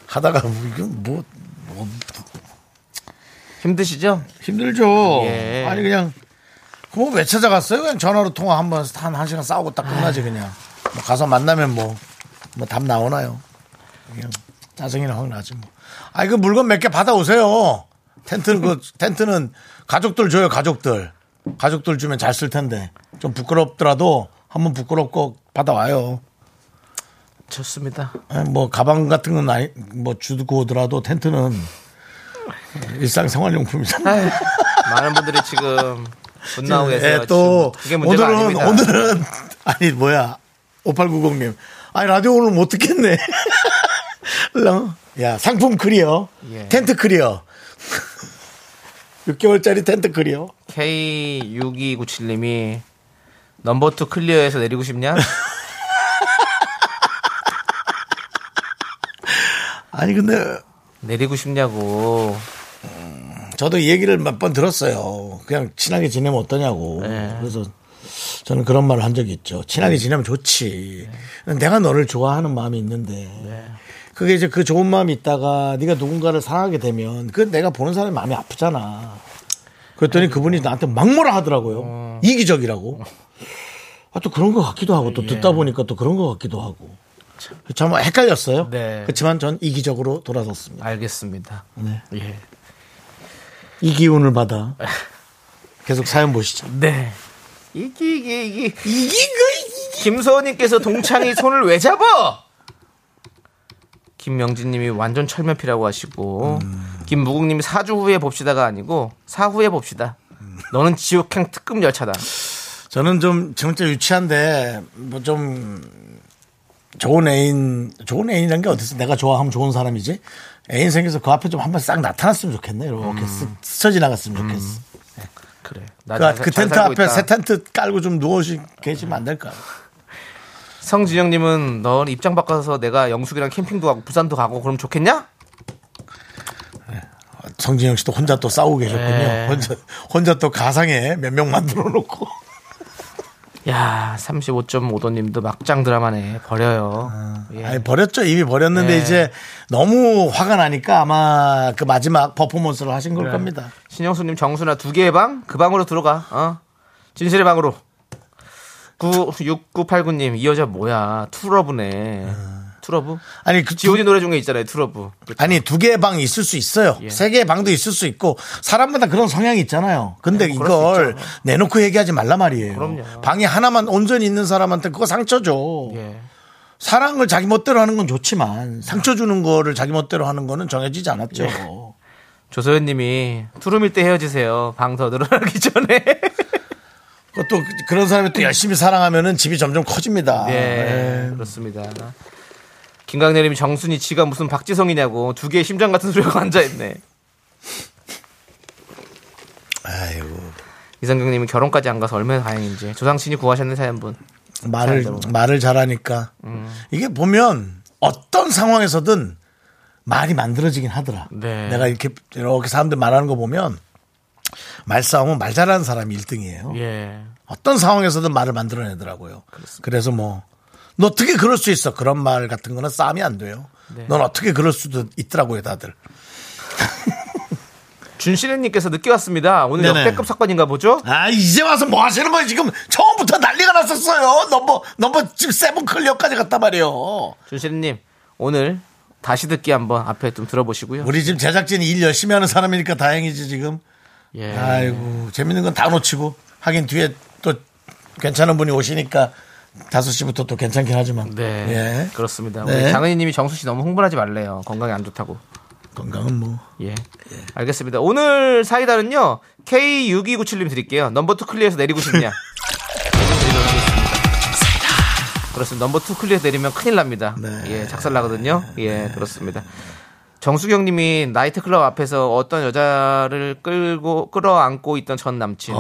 A: 하다가 뭐 이게 뭐, 뭐
B: 힘드시죠?
A: 힘들죠
B: 예.
A: 아니 그냥 그뭐 왜 찾아갔어요 그냥 전화로 통화 한번 한, 한 시간 싸우고 딱 끝나지 그냥 뭐 가서 만나면 뭐 뭐 답 나오나요 그냥 짜증이나 확 나지 뭐 아니 그 물건 몇 개 받아오세요 텐트는 그 텐트는 가족들 줘요 가족들 가족들 주면 잘 쓸 텐데 좀 부끄럽더라도 한번 부끄럽고 받아와요
B: 좋습니다.
A: 아니, 뭐 가방 같은 건 아니 뭐 주고 오더라도 텐트는 일상생활용품이잖아요.
B: 많은 분들이 지금 음. 분나고 계세요.
A: 예, 또
B: 지금. 그게 문제가
A: 오늘은
B: 아닙니다.
A: 오늘은 아니 뭐야 5890님 아니 라디오 오늘 못 듣겠네. 랑. 야 상품 클리어
B: 예.
A: 텐트 클리어 6개월짜리 텐트 클리어
B: K6297님이 넘버 투 클리어에서 내리고 싶냐?
A: 아니 근데
B: 내리고 싶냐고.
A: 저도 이 얘기를 몇 번 들었어요. 그냥 친하게 지내면 어떠냐고. 그래서 저는 그런 말을 한 적이 있죠. 친하게 지내면 좋지. 내가 너를 좋아하는 마음이 있는데. 그게 이제 그 좋은 마음이 있다가 네가 누군가를 사랑하게 되면 그 내가 보는 사람이 마음이 아프잖아. 그랬더니 그분이 나한테 막 뭐라 하더라고요. 이기적이라고. 아, 또 그런 것 같기도 하고 또 듣다 보니까 또 그런 것 같기도 하고. 참 헷갈렸어요.
B: 네.
A: 그렇지만 전 이기적으로 돌아섰습니다.
B: 알겠습니다.
A: 네.
B: 예.
A: 이 기운을 받아. 계속 사연 보시죠.
B: 네. 이기 이기 이기 이기 이기 김소원님께서 동창이 손을 왜 잡아? 김명진님이 완전 철면피라고 하시고
A: 음.
B: 김무국님이 사주 후에 봅시다가 아니고 사후에 봅시다.
A: 음.
B: 너는 지옥행 특급 열차다.
A: 저는 좀 진짜 유치한데 뭐 좀 좋은 애인 좋은 애인이란 게 어딨어? 내가 좋아하면 좋은 사람이지. 애인 생겨서 그 앞에 좀 한번 싹 나타났으면 좋겠네. 이렇게 스- 스쳐 지나갔으면 좋겠어.
B: 그래.
A: 그, 그 텐트 앞에 새 텐트 깔고 좀 누워 계시면 안 될까?
B: 성진영님은 넌 입장 바꿔서 내가 영숙이랑 캠핑도 가고 부산도 가고 그럼 좋겠냐?
A: 성진영 씨도 혼자 또 싸우고 계셨군요.
B: 네.
A: 혼자 혼자 또 가상에 몇 명 만들어 놓고.
B: 야 35.5도님도 막장 드라마네 버려요. 예.
A: 아니 버렸죠 이미 버렸는데
B: 네.
A: 이제 너무 화가 나니까 아마 그 마지막 퍼포먼스를 하신
B: 네.
A: 걸 겁니다.
B: 신영수님 정수나 두 개의 방? 그 방으로 들어가. 어? 진실의 방으로. 9, 6989님, 이 여자 뭐야. 투러브네. 투러브?
A: 아. 아니 그
B: 지오디 노래 중에 있잖아요. 투러브.
A: 아니 두 개의 방 있을 수 있어요.
B: 예.
A: 세 개의 방도 있을 수 있고 사람마다 그런 성향이 있잖아요. 근데
B: 네, 뭐
A: 이걸 내놓고 얘기하지 말라 말이에요.
B: 그럼요.
A: 방이 하나만 온전히 있는 사람한테 그거 상처죠.
B: 예.
A: 사랑을 자기 멋대로 하는 건 좋지만 상처 주는 거를 자기 멋대로 하는 거는 정해지지
B: 예.
A: 않았죠.
B: 조소연 님이 투룸일 때 헤어지세요. 방 더 늘어나기 전에.
A: 그것도 그- 그런 사람이 또 열심히 사랑하면은 집이 점점 커집니다.
B: 예. 그렇습니다. 김강렬 님이 정순이 지가 무슨 박지성이냐고 두 개의 심장 같은 소리가 앉아있네.
A: 아이고
B: 이성경 님이 결혼까지 안 가서 얼마나 다행인지. 조상신이 구하셨네, 사연분.
A: 말을 말을 잘하니까
B: 음.
A: 이게 보면 어떤 상황에서든 말이 만들어지긴 하더라.
B: 네.
A: 내가 이렇게 이렇게 사람들 말하는 거 보면 말싸움은 말 잘하는 사람이 1등이에요.
B: 예.
A: 어떤 상황에서든 말을 만들어내더라고요. 그래서 뭐, 너 어떻게 그럴 수 있어? 그런 말 같은 거는 싸움이 안 돼요.
B: 네.
A: 넌 어떻게 그럴 수도 있더라고요, 다들.
B: 준신혜님께서 늦게 왔습니다. 오늘
A: 네네.
B: 역대급 사건인가 보죠?
A: 아, 이제 와서 뭐 하시는 거예요? 지금 처음부터 난리가 났었어요. 넘버, 넘버 지금 세븐 클리어까지 갔단 말이에요.
B: 준신혜님 오늘 다시 듣기 한번 앞에 좀 들어보시고요.
A: 우리 지금 제작진이 일 열심히 하는 사람이니까 다행이지, 지금.
B: 예.
A: 아이고, 재밌는 건 다 놓치고. 하긴 뒤에 또 괜찮은 분이 오시니까 5시부터 또 괜찮긴 하지만.
B: 네
A: 예.
B: 그렇습니다.
A: 네.
B: 우리 장은희님이 정수 씨 너무 흥분하지 말래요. 건강에 안 좋다고.
A: 건강은 뭐.
B: 예. 알겠습니다. 오늘 사이다는요 K6297님 드릴게요. 넘버 투 클리어에서 내리고 싶냐? 그렇습니다. 넘버 투 클리어 내리면 큰일 납니다. 예, 작살 나거든요. 예, 그렇습니다. 정수경님이 나이트클럽 앞에서 어떤 여자를 끌고 끌어안고 있던 전 남친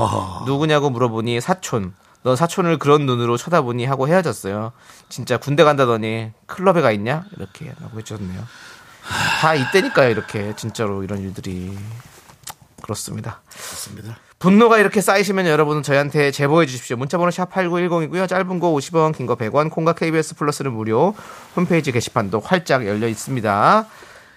B: 누구냐고 물어보니 사촌. 넌 사촌을 그런 눈으로 쳐다보니 하고 헤어졌어요. 진짜 군대 간다더니 클럽에 가 있냐 이렇게 라고 해주셨네요. 다 이때니까요 이렇게 진짜로 이런 일들이 그렇습니다. 분노가 이렇게 쌓이시면 여러분은 저희한테 제보해 주십시오. 문자번호 샵 8910이고요. 짧은 거 50원, 긴 거 100원, 콩과 KBS 플러스는 무료. 홈페이지 게시판도 활짝 열려 있습니다.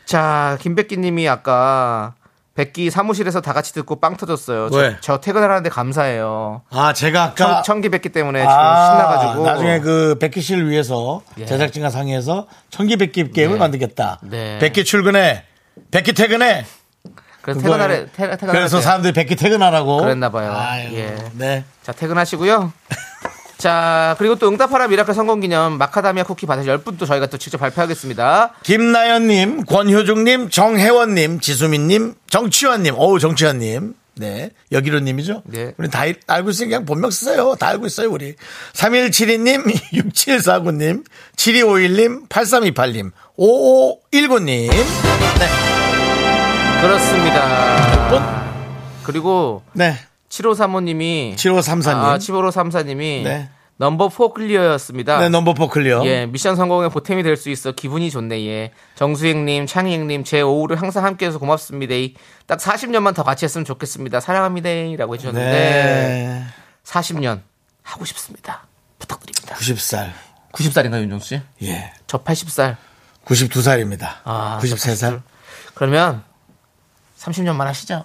B: 자, 김백기 님이 아까 백기 사무실에서 다 같이 듣고 빵 터졌어요. 저-
A: 왜?
B: 저, 퇴근하는데 감사해요.
A: 아, 제가 아까.
B: 청, 청기 백기 때문에 지금
A: 아,
B: 신나가지고. 예.
A: 나중에 그 백기 씨를 위해서 제작진과 상의해서 천기 백기 게임을 만들겠다.
B: 네.
A: 백기 출근해, 백기 퇴근해.
B: 그래서
A: 그걸-
B: 퇴근하래, 퇴, 퇴근하래.
A: 그래서 사람들이 백기 퇴근하라고.
B: 그랬나 봐요.
A: 아유,
B: 예.
A: 네.
B: 자, 퇴근하시고요. 자, 그리고 또 응답하라 미라클 성공 기념 마카다미아 쿠키 받으실 10분 또 저희가 또 직접 발표하겠습니다.
A: 김나연님, 권효중님, 정혜원님, 지수민님, 정치환님, 어우 정치환님. 네. 여기로님이죠?
B: 네.
A: 우리 다 알- 알고 있으니까 그냥 본명 쓰세요. 다 알고 있어요, 우리. 3172님, 6749님, 7251님, 8328님, 5519님.
B: 그렇습니다. 그리고
A: 네.
B: 7호 사모님이
A: 7534님.
B: 아, 7호 삼사님이
A: 네.
B: 넘버 4 클리어였습니다.
A: 네, 넘버 포 클리어.
B: 예, 미션 성공에 보탬이 될 수 있어 기분이 좋네. 예. 정수행님, 창희행님, 제 오후를 항상 함께해서 고맙습니다. 이딱 40년만 더 같이 했으면 좋겠습니다. 사랑합니다라고 해주셨는데
A: 네.
B: 40년 하고 싶습니다. 부탁드립니다.
A: 90살.
B: 90살인가요, 윤정수 씨?
A: 예.
B: 저 80살.
A: 92살입니다.
B: 아,
A: 93살.
B: 그러면 30년만 하시죠.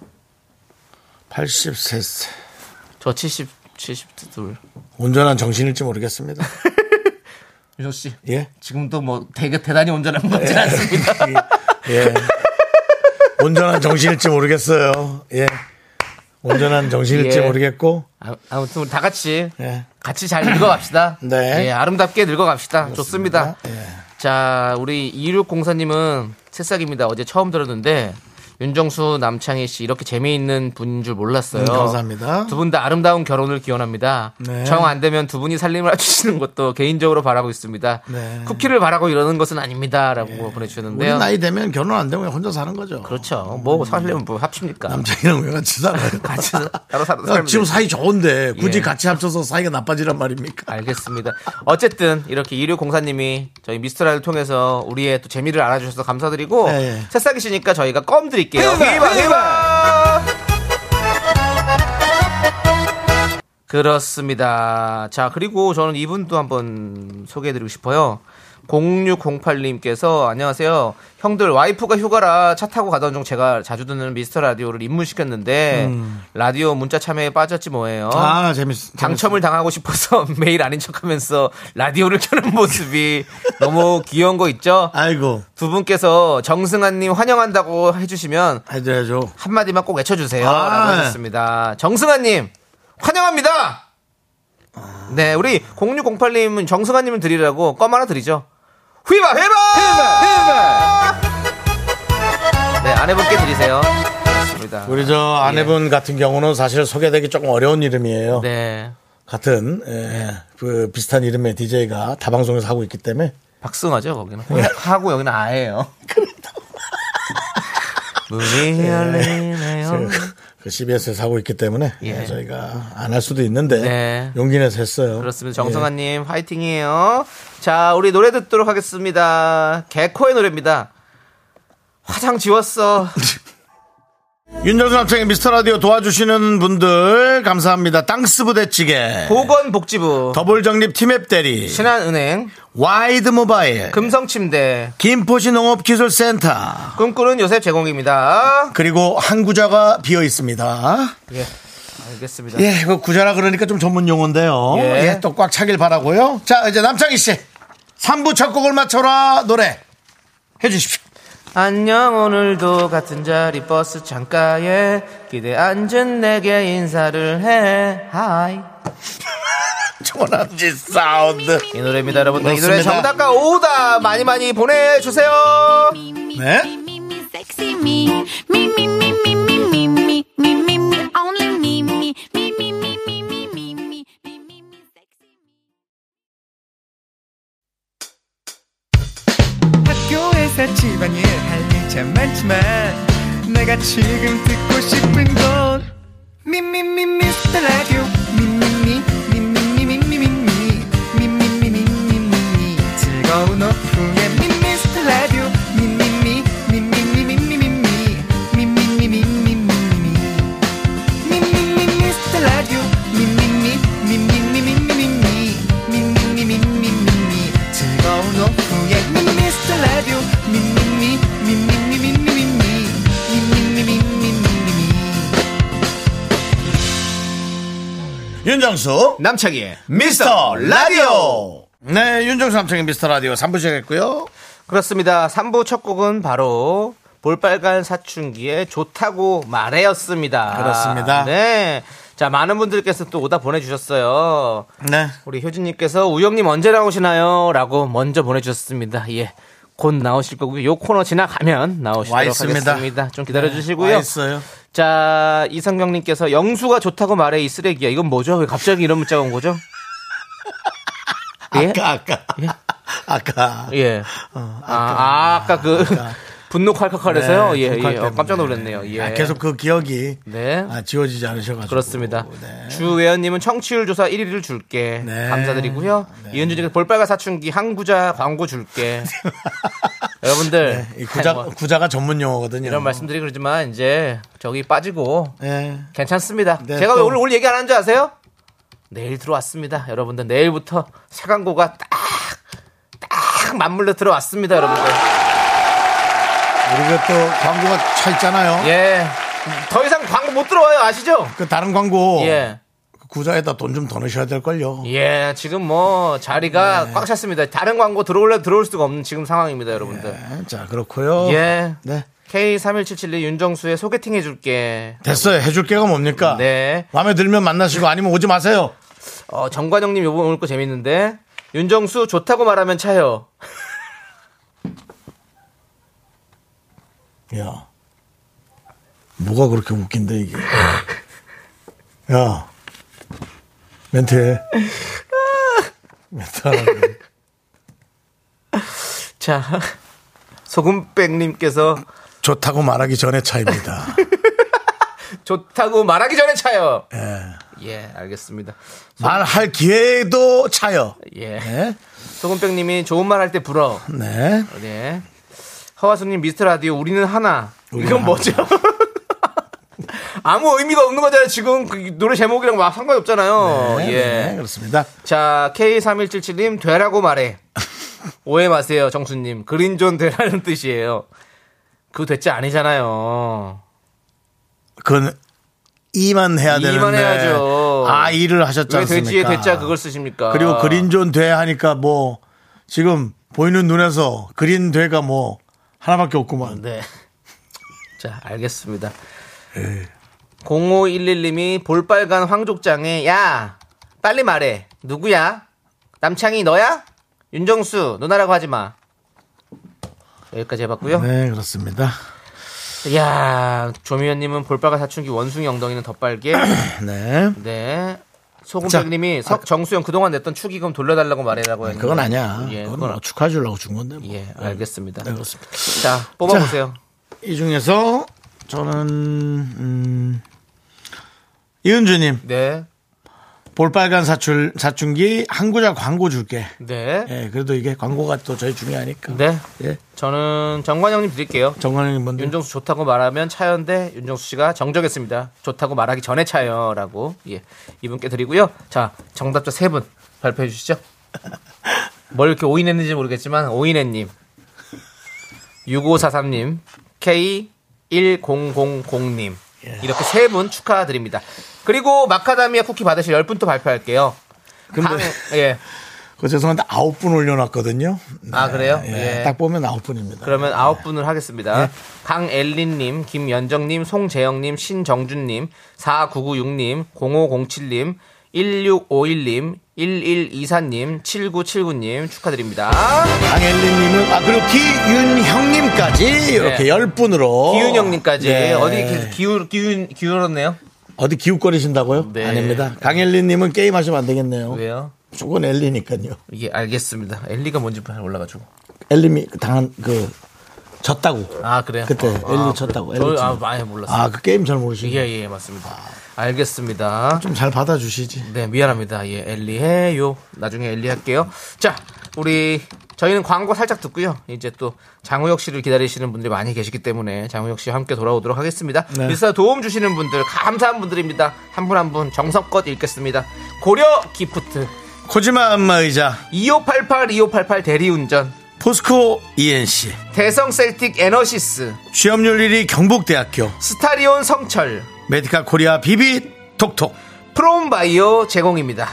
A: 83세.
B: 저 70, 72.
A: 온전한 정신일지 모르겠습니다.
B: 윤정수 씨.
A: 예.
B: 지금도 뭐 되게 대단히 온전한 것 같진 않습니다.
A: 예. 온전한 정신일지 모르겠어요. 예. 온전한 정신일지
B: 예.
A: 모르겠고.
B: 아, 아무튼 우리 다 같이
A: 예.
B: 같이 잘 늙어갑시다.
A: 네. 예.
B: 예, 아름답게 늙어갑시다. 좋습니다. 자, 우리 2604님은 새싹입니다. 어제 처음 들었는데 윤정수 남창희 씨 이렇게 재미있는 분인 줄 몰랐어요.
A: 음, 감사합니다.
B: 두 분 다 아름다운 결혼을 기원합니다.
A: 네.
B: 정 안 되면 두 분이 살림을 해주시는 것도 개인적으로 바라고 있습니다.
A: 네. 예.
B: 쿠키를 바라고 이러는 것은 아닙니다라고
A: 우리
B: 보내주셨는데요.
A: 나이 되면 결혼 안 되면 그냥 혼자 사는 거죠.
B: 네. 그렇죠. 뭐 살려면 뭐 합칩니까?
A: 남자이랑 왜 같이 살아요?
B: 같이 따로 살아도
A: 야, 지금
B: 살면
A: 사이 좋은데 굳이
B: 예.
A: 같이 합쳐서 사이가 나빠지란 말입니까?
B: 알겠습니다. 어쨌든 이렇게 이류 공사님이 저희 미스터라를 통해서 우리의 또 재미를 알아주셔서 감사드리고
A: 네, 네.
B: 새싹이시니까 저희가 껌 드릴게요. 휘바, 휘바. 그렇습니다. 자 그리고 저는 이분도 한번 소개해드리고 싶어요. 0608님께서 안녕하세요. 형들 와이프가 휴가라 차 타고 가던 중 제가 자주 듣는 미스터 라디오를 입문시켰는데 라디오 문자 참여에 빠졌지 뭐예요.
A: 아, 재밌,
B: 당첨을 당하고 싶어서 매일 아닌 척하면서 라디오를 켜는 모습이 너무 귀여운 거 있죠?
A: 아이고,
B: 두 분께서 정승환님 환영한다고 해주시면
A: 해줘야죠.
B: 한마디만 꼭 외쳐주세요.
A: 아.
B: 라고 하셨습니다. 정승환님 환영합니다. 네, 우리 0608님은 정승환님을 드리라고 껌 하나 드리죠. 휘바 휘바 네, 아내분께 드리세요. 그렇습니다.
A: 우리 저 아내분 같은 경우는 사실 소개되기 조금 어려운 이름이에요.
B: 예. 네,
A: 같은 예, 그 비슷한 이름의 DJ가 다방송에서 하고 있기 때문에
B: 박승화죠 거기는 하고 여기는 아예요. 문이 열리네요.
A: 그 CBS에서 하고 있기 때문에
B: 음. 예.
A: 예, 저희가 안 할 수도 있는데
B: 네.
A: 용기 내서 했어요.
B: 그렇습니다. 정성아님 화이팅이에요. 자, 우리 노래 듣도록 하겠습니다. 개코의 노래입니다. 화장 지웠어.
A: 예. 윤정수 남창의 미스터 라디오 도와주시는 분들 감사합니다. 땅스 부대찌개,
B: 보건복지부,
A: 더블 정립 티맵 대리,
B: 신한은행,
A: 와이드 모바일,
B: 금성침대,
A: 김포시 농업기술센터
B: 꿈꾸는 요셉 제공입니다.
A: 그리고 한 구자가 비어 있습니다.
B: 예, 알겠습니다.
A: 예, 그 구자라 그러니까 좀 전문 용어인데요.
B: 네. 예.
A: 예, 또 꽉 차길 바라고요. 자, 이제 남창희 씨. 3부 첫 곡을 맞춰라 노래 해 주십시오.
B: 안녕 오늘도 같은 자리 버스 창가에 기대 앉은 내게 인사를 해 하이
A: 조남지 사운드.
B: 이 노래입니다 여러분들 이 노래
A: 그렇습니다.
B: 정답과 오다 많이 많이 보내주세요
A: 네.
H: 학교에서 집안일 할 일 참 많지만 내가 지금 듣고 싶은 건 미미미 미스터 라디오 미미미 미미미미미미 미미미미미미 즐거운 오후에 미스터 라디오 미미미 미미미미미미 미미미미미미 미미미 미스터 라디오 미미미 미미미미미미 미미미미미미 즐거운 오후에 미스터 라디오 미미미 미미미미미미 미미미미미미미
A: 윤정수
B: 남창희의
A: 미스터 라디오. 네, 윤정수 남창희 미스터 라디오 3부 시작했고요.
B: 그렇습니다 3부 첫 곡은 바로 볼빨간 사춘기에 좋다고 말해였습니다
A: 그렇습니다.
B: 네자 많은 분들께서 또 오다 보내주셨어요
A: 네.
B: 우리 효진님께서 우영님 언제 나오시나요? 라고 먼저 보내주셨습니다. 예. 곧 나오실 거고요. 요 코너 지나가면
A: 와
B: 나오시도록
A: 있습니다.
B: 하겠습니다. 좀 기다려주시고요.
A: 와 있어요.
B: 자, 이상경님께서 영수가 좋다고 말해 이 쓰레기야. 이건 뭐죠? 왜 갑자기 이런 문자가 온 거죠? 예?
A: 아까 아까. 아까. 어,
B: 예. 아, 아, 아까 그 분노 콸콸콸해서요.
A: 네,
B: 예,
A: 콸콸
B: 예. 어,
A: 때문에.
B: 깜짝 놀랐네요. 예.
A: 아, 계속 그 기억이
B: 네.
A: 아, 지워지지 않으셔가지고
B: 그렇습니다.
A: 네.
B: 주외연님은 청취율 조사 1위를 줄게.
A: 네. 네.
B: 감사드리고요. 이은주님 볼빨간 사춘기 항구자 광고 줄게. 여러분들
A: 이 구자
B: 뭐
A: 구자가 전문 용어거든요.
B: 이런 말씀드리 그러지만 이제 저기 빠지고
A: 예.
B: 괜찮습니다.
A: 네,
B: 제가
A: 또.
B: 왜 오늘 오늘 얘기 안 하는 줄 아세요? 내일 들어왔습니다. 여러분들 내일부터 새 광고가 딱 딱 맞물려 들어왔습니다, 여러분들.
A: 우리가 그 또 광고가 차 있잖아요.
B: 예. 더 이상 광고 못 들어와요. 아시죠?
A: 그 다른 광고
B: 예.
A: 그 구자에다 돈 좀 더 넣으셔야 될 걸요.
B: 예, 지금 뭐 자리가 꽉 찼습니다. 다른 광고 들어올래 들어올 수가 없는 지금 상황입니다, 여러분들.
A: 네, 자 그렇고요.
B: 예.
A: 네
B: K3177님 윤정수의 소개팅 해줄게.
A: 됐어요. 해줄 게가 뭡니까?
B: 네.
A: 마음에 들면 만나시고 아니면 오지 마세요.
B: 어, 정관영님 요번 오늘 거 재밌는데. 윤정수 좋다고 말하면 차요.
A: 야, 뭐가 그렇게 웃긴데 이게? 야, 멘트해. 멘트하라고.
B: 자. 소금백님께서
A: 좋다고 말하기 전의 차입니다.
B: 좋다고 말하기 전에 차요.
A: 예.
B: 예, 알겠습니다.
A: 말할 기회도 차요.
B: 예.
A: 네.
B: 소금백님이 좋은 말 할 때 불어.
A: 네.
B: 네. 허화수님 미스터 라디오 우리는 하나. 이건 뭐죠? 아무 의미가 없는 거잖아요. 지금 그 노래 제목이랑 막 상관이 없잖아요.
A: 네,
B: 예.
A: 네, 그렇습니다.
B: 자, K3177님 되라고 말해. 오해 마세요, 정수님. 그린존 되라는 뜻이에요. 그 됐지 아니잖아요.
A: 그건 이만 해야 되는데.
B: 이만 해야죠.
A: 아, 일을 하셨지
B: 왜
A: 않습니까?
B: 돼지에 대자 그걸 쓰십니까?
A: 그리고 그린존 돼 하니까 뭐 지금 보이는 눈에서 그린 돼가 뭐 하나밖에 없구만.
B: 네. 자, 알겠습니다.
A: 예.
B: 0511님이 볼빨간 황족장에 야 빨리 말해 누구야 남창이 너야 윤정수 누나라고 하지 마 여기까지 해봤고요.
A: 네, 그렇습니다. 네.
B: 야 조미연님은 볼빨간 사춘기 원숭이 엉덩이는 더 빨개.
A: 네.
B: 네. 소금백님이 석 정수영 그동안 냈던 축의금 돌려달라고 말해라고
A: 아,
B: 했는데
A: 음, 그건 아니야.
B: 예,
A: 그건
B: 그건
A: 뭐 축하해 주려고 준 건데. 뭐.
B: 예 알겠습니다.
A: 네, 그렇습니다.
B: 자 뽑아보세요.
A: 이 중에서 저는 음 이은주 님,
B: 네.
A: 볼빨간 사출 사춘기 한구자 광고 줄게.
B: 네.
A: 예, 그래도 이게 광고가 또 저희 중요하니까.
B: 네.
A: 예.
B: 저는 정관영님 드릴게요.
A: 정관영님 먼저.
B: 윤정수 좋다고 말하면 차연데 윤정수 씨가 정정했습니다. 좋다고 말하기 전에 차요라고 예 이분께 드리고요. 자 정답자 세 분 발표해 주시죠. 뭘 이렇게 오인했는지 모르겠지만 오인혜님, 6543님, K 1000님 이렇게 세 분 축하드립니다. 그리고 마카다미아 쿠키 받으실 10분 또 발표할게요. 방- 예.
A: 그 죄송한데 아홉 분 올려놨거든요.
B: 아, 그래요?
A: 예,
B: 예.
A: 딱 보면 아홉 네. 분입니다.
B: 그러면 아홉 분을 하겠습니다. 강엘린님, 김연정님, 송재영님, 신정준님, 4996님, 0507님, 1651님, 1124님, 7979님 축하드립니다.
A: 강엘리님은 아 그리고 기윤형님까지 이렇게
B: 네.
A: 열 분으로
B: 기윤영님까지
A: 어. 네.
B: 어디 이렇게 기울 기운 기울었네요?
A: 어디 기웃거리신다고요?
B: 네.
A: 아닙니다. 강엘리님은 게임 하시면 안 되겠네요.
B: 왜요?
A: 조건 엘리니까요.
B: 예, 알겠습니다. 엘리가 뭔지 잘 올라가지고.
A: 엘림이 그 당한 그 졌다고.
B: 아 그래요?
A: 그때
B: 어,
A: 엘리 쳤다고.
B: 저,
A: 엘리
B: 아
A: 쳤다고.
B: 많이 몰랐어요.
A: 아, 그 게임 잘 모르시죠?
B: 예예 맞습니다. 알겠습니다.
A: 좀 잘 받아주시지.
B: 네, 미안합니다. 예, 엘리 해요. 나중에 엘리 할게요. 자, 우리 저희는 광고 살짝 듣고요. 이제 또 장우혁 씨를 기다리시는 분들이 많이 계시기 때문에 장우혁 씨와 함께 돌아오도록 하겠습니다.
A: 네.
B: 미스터 도움 주시는 분들 감사한 분들입니다. 한 분 한 분 정성껏 읽겠습니다. 고려 기프트
A: 코지마 안마의자
B: 2588 2588 대리운전
A: 포스코 ENC
B: 대성 셀틱 에너시스
A: 취업률 1위 경북대학교
B: 스타리온 성철
A: 메디카 코리아 비비 톡톡
B: 프롬바이오 제공입니다.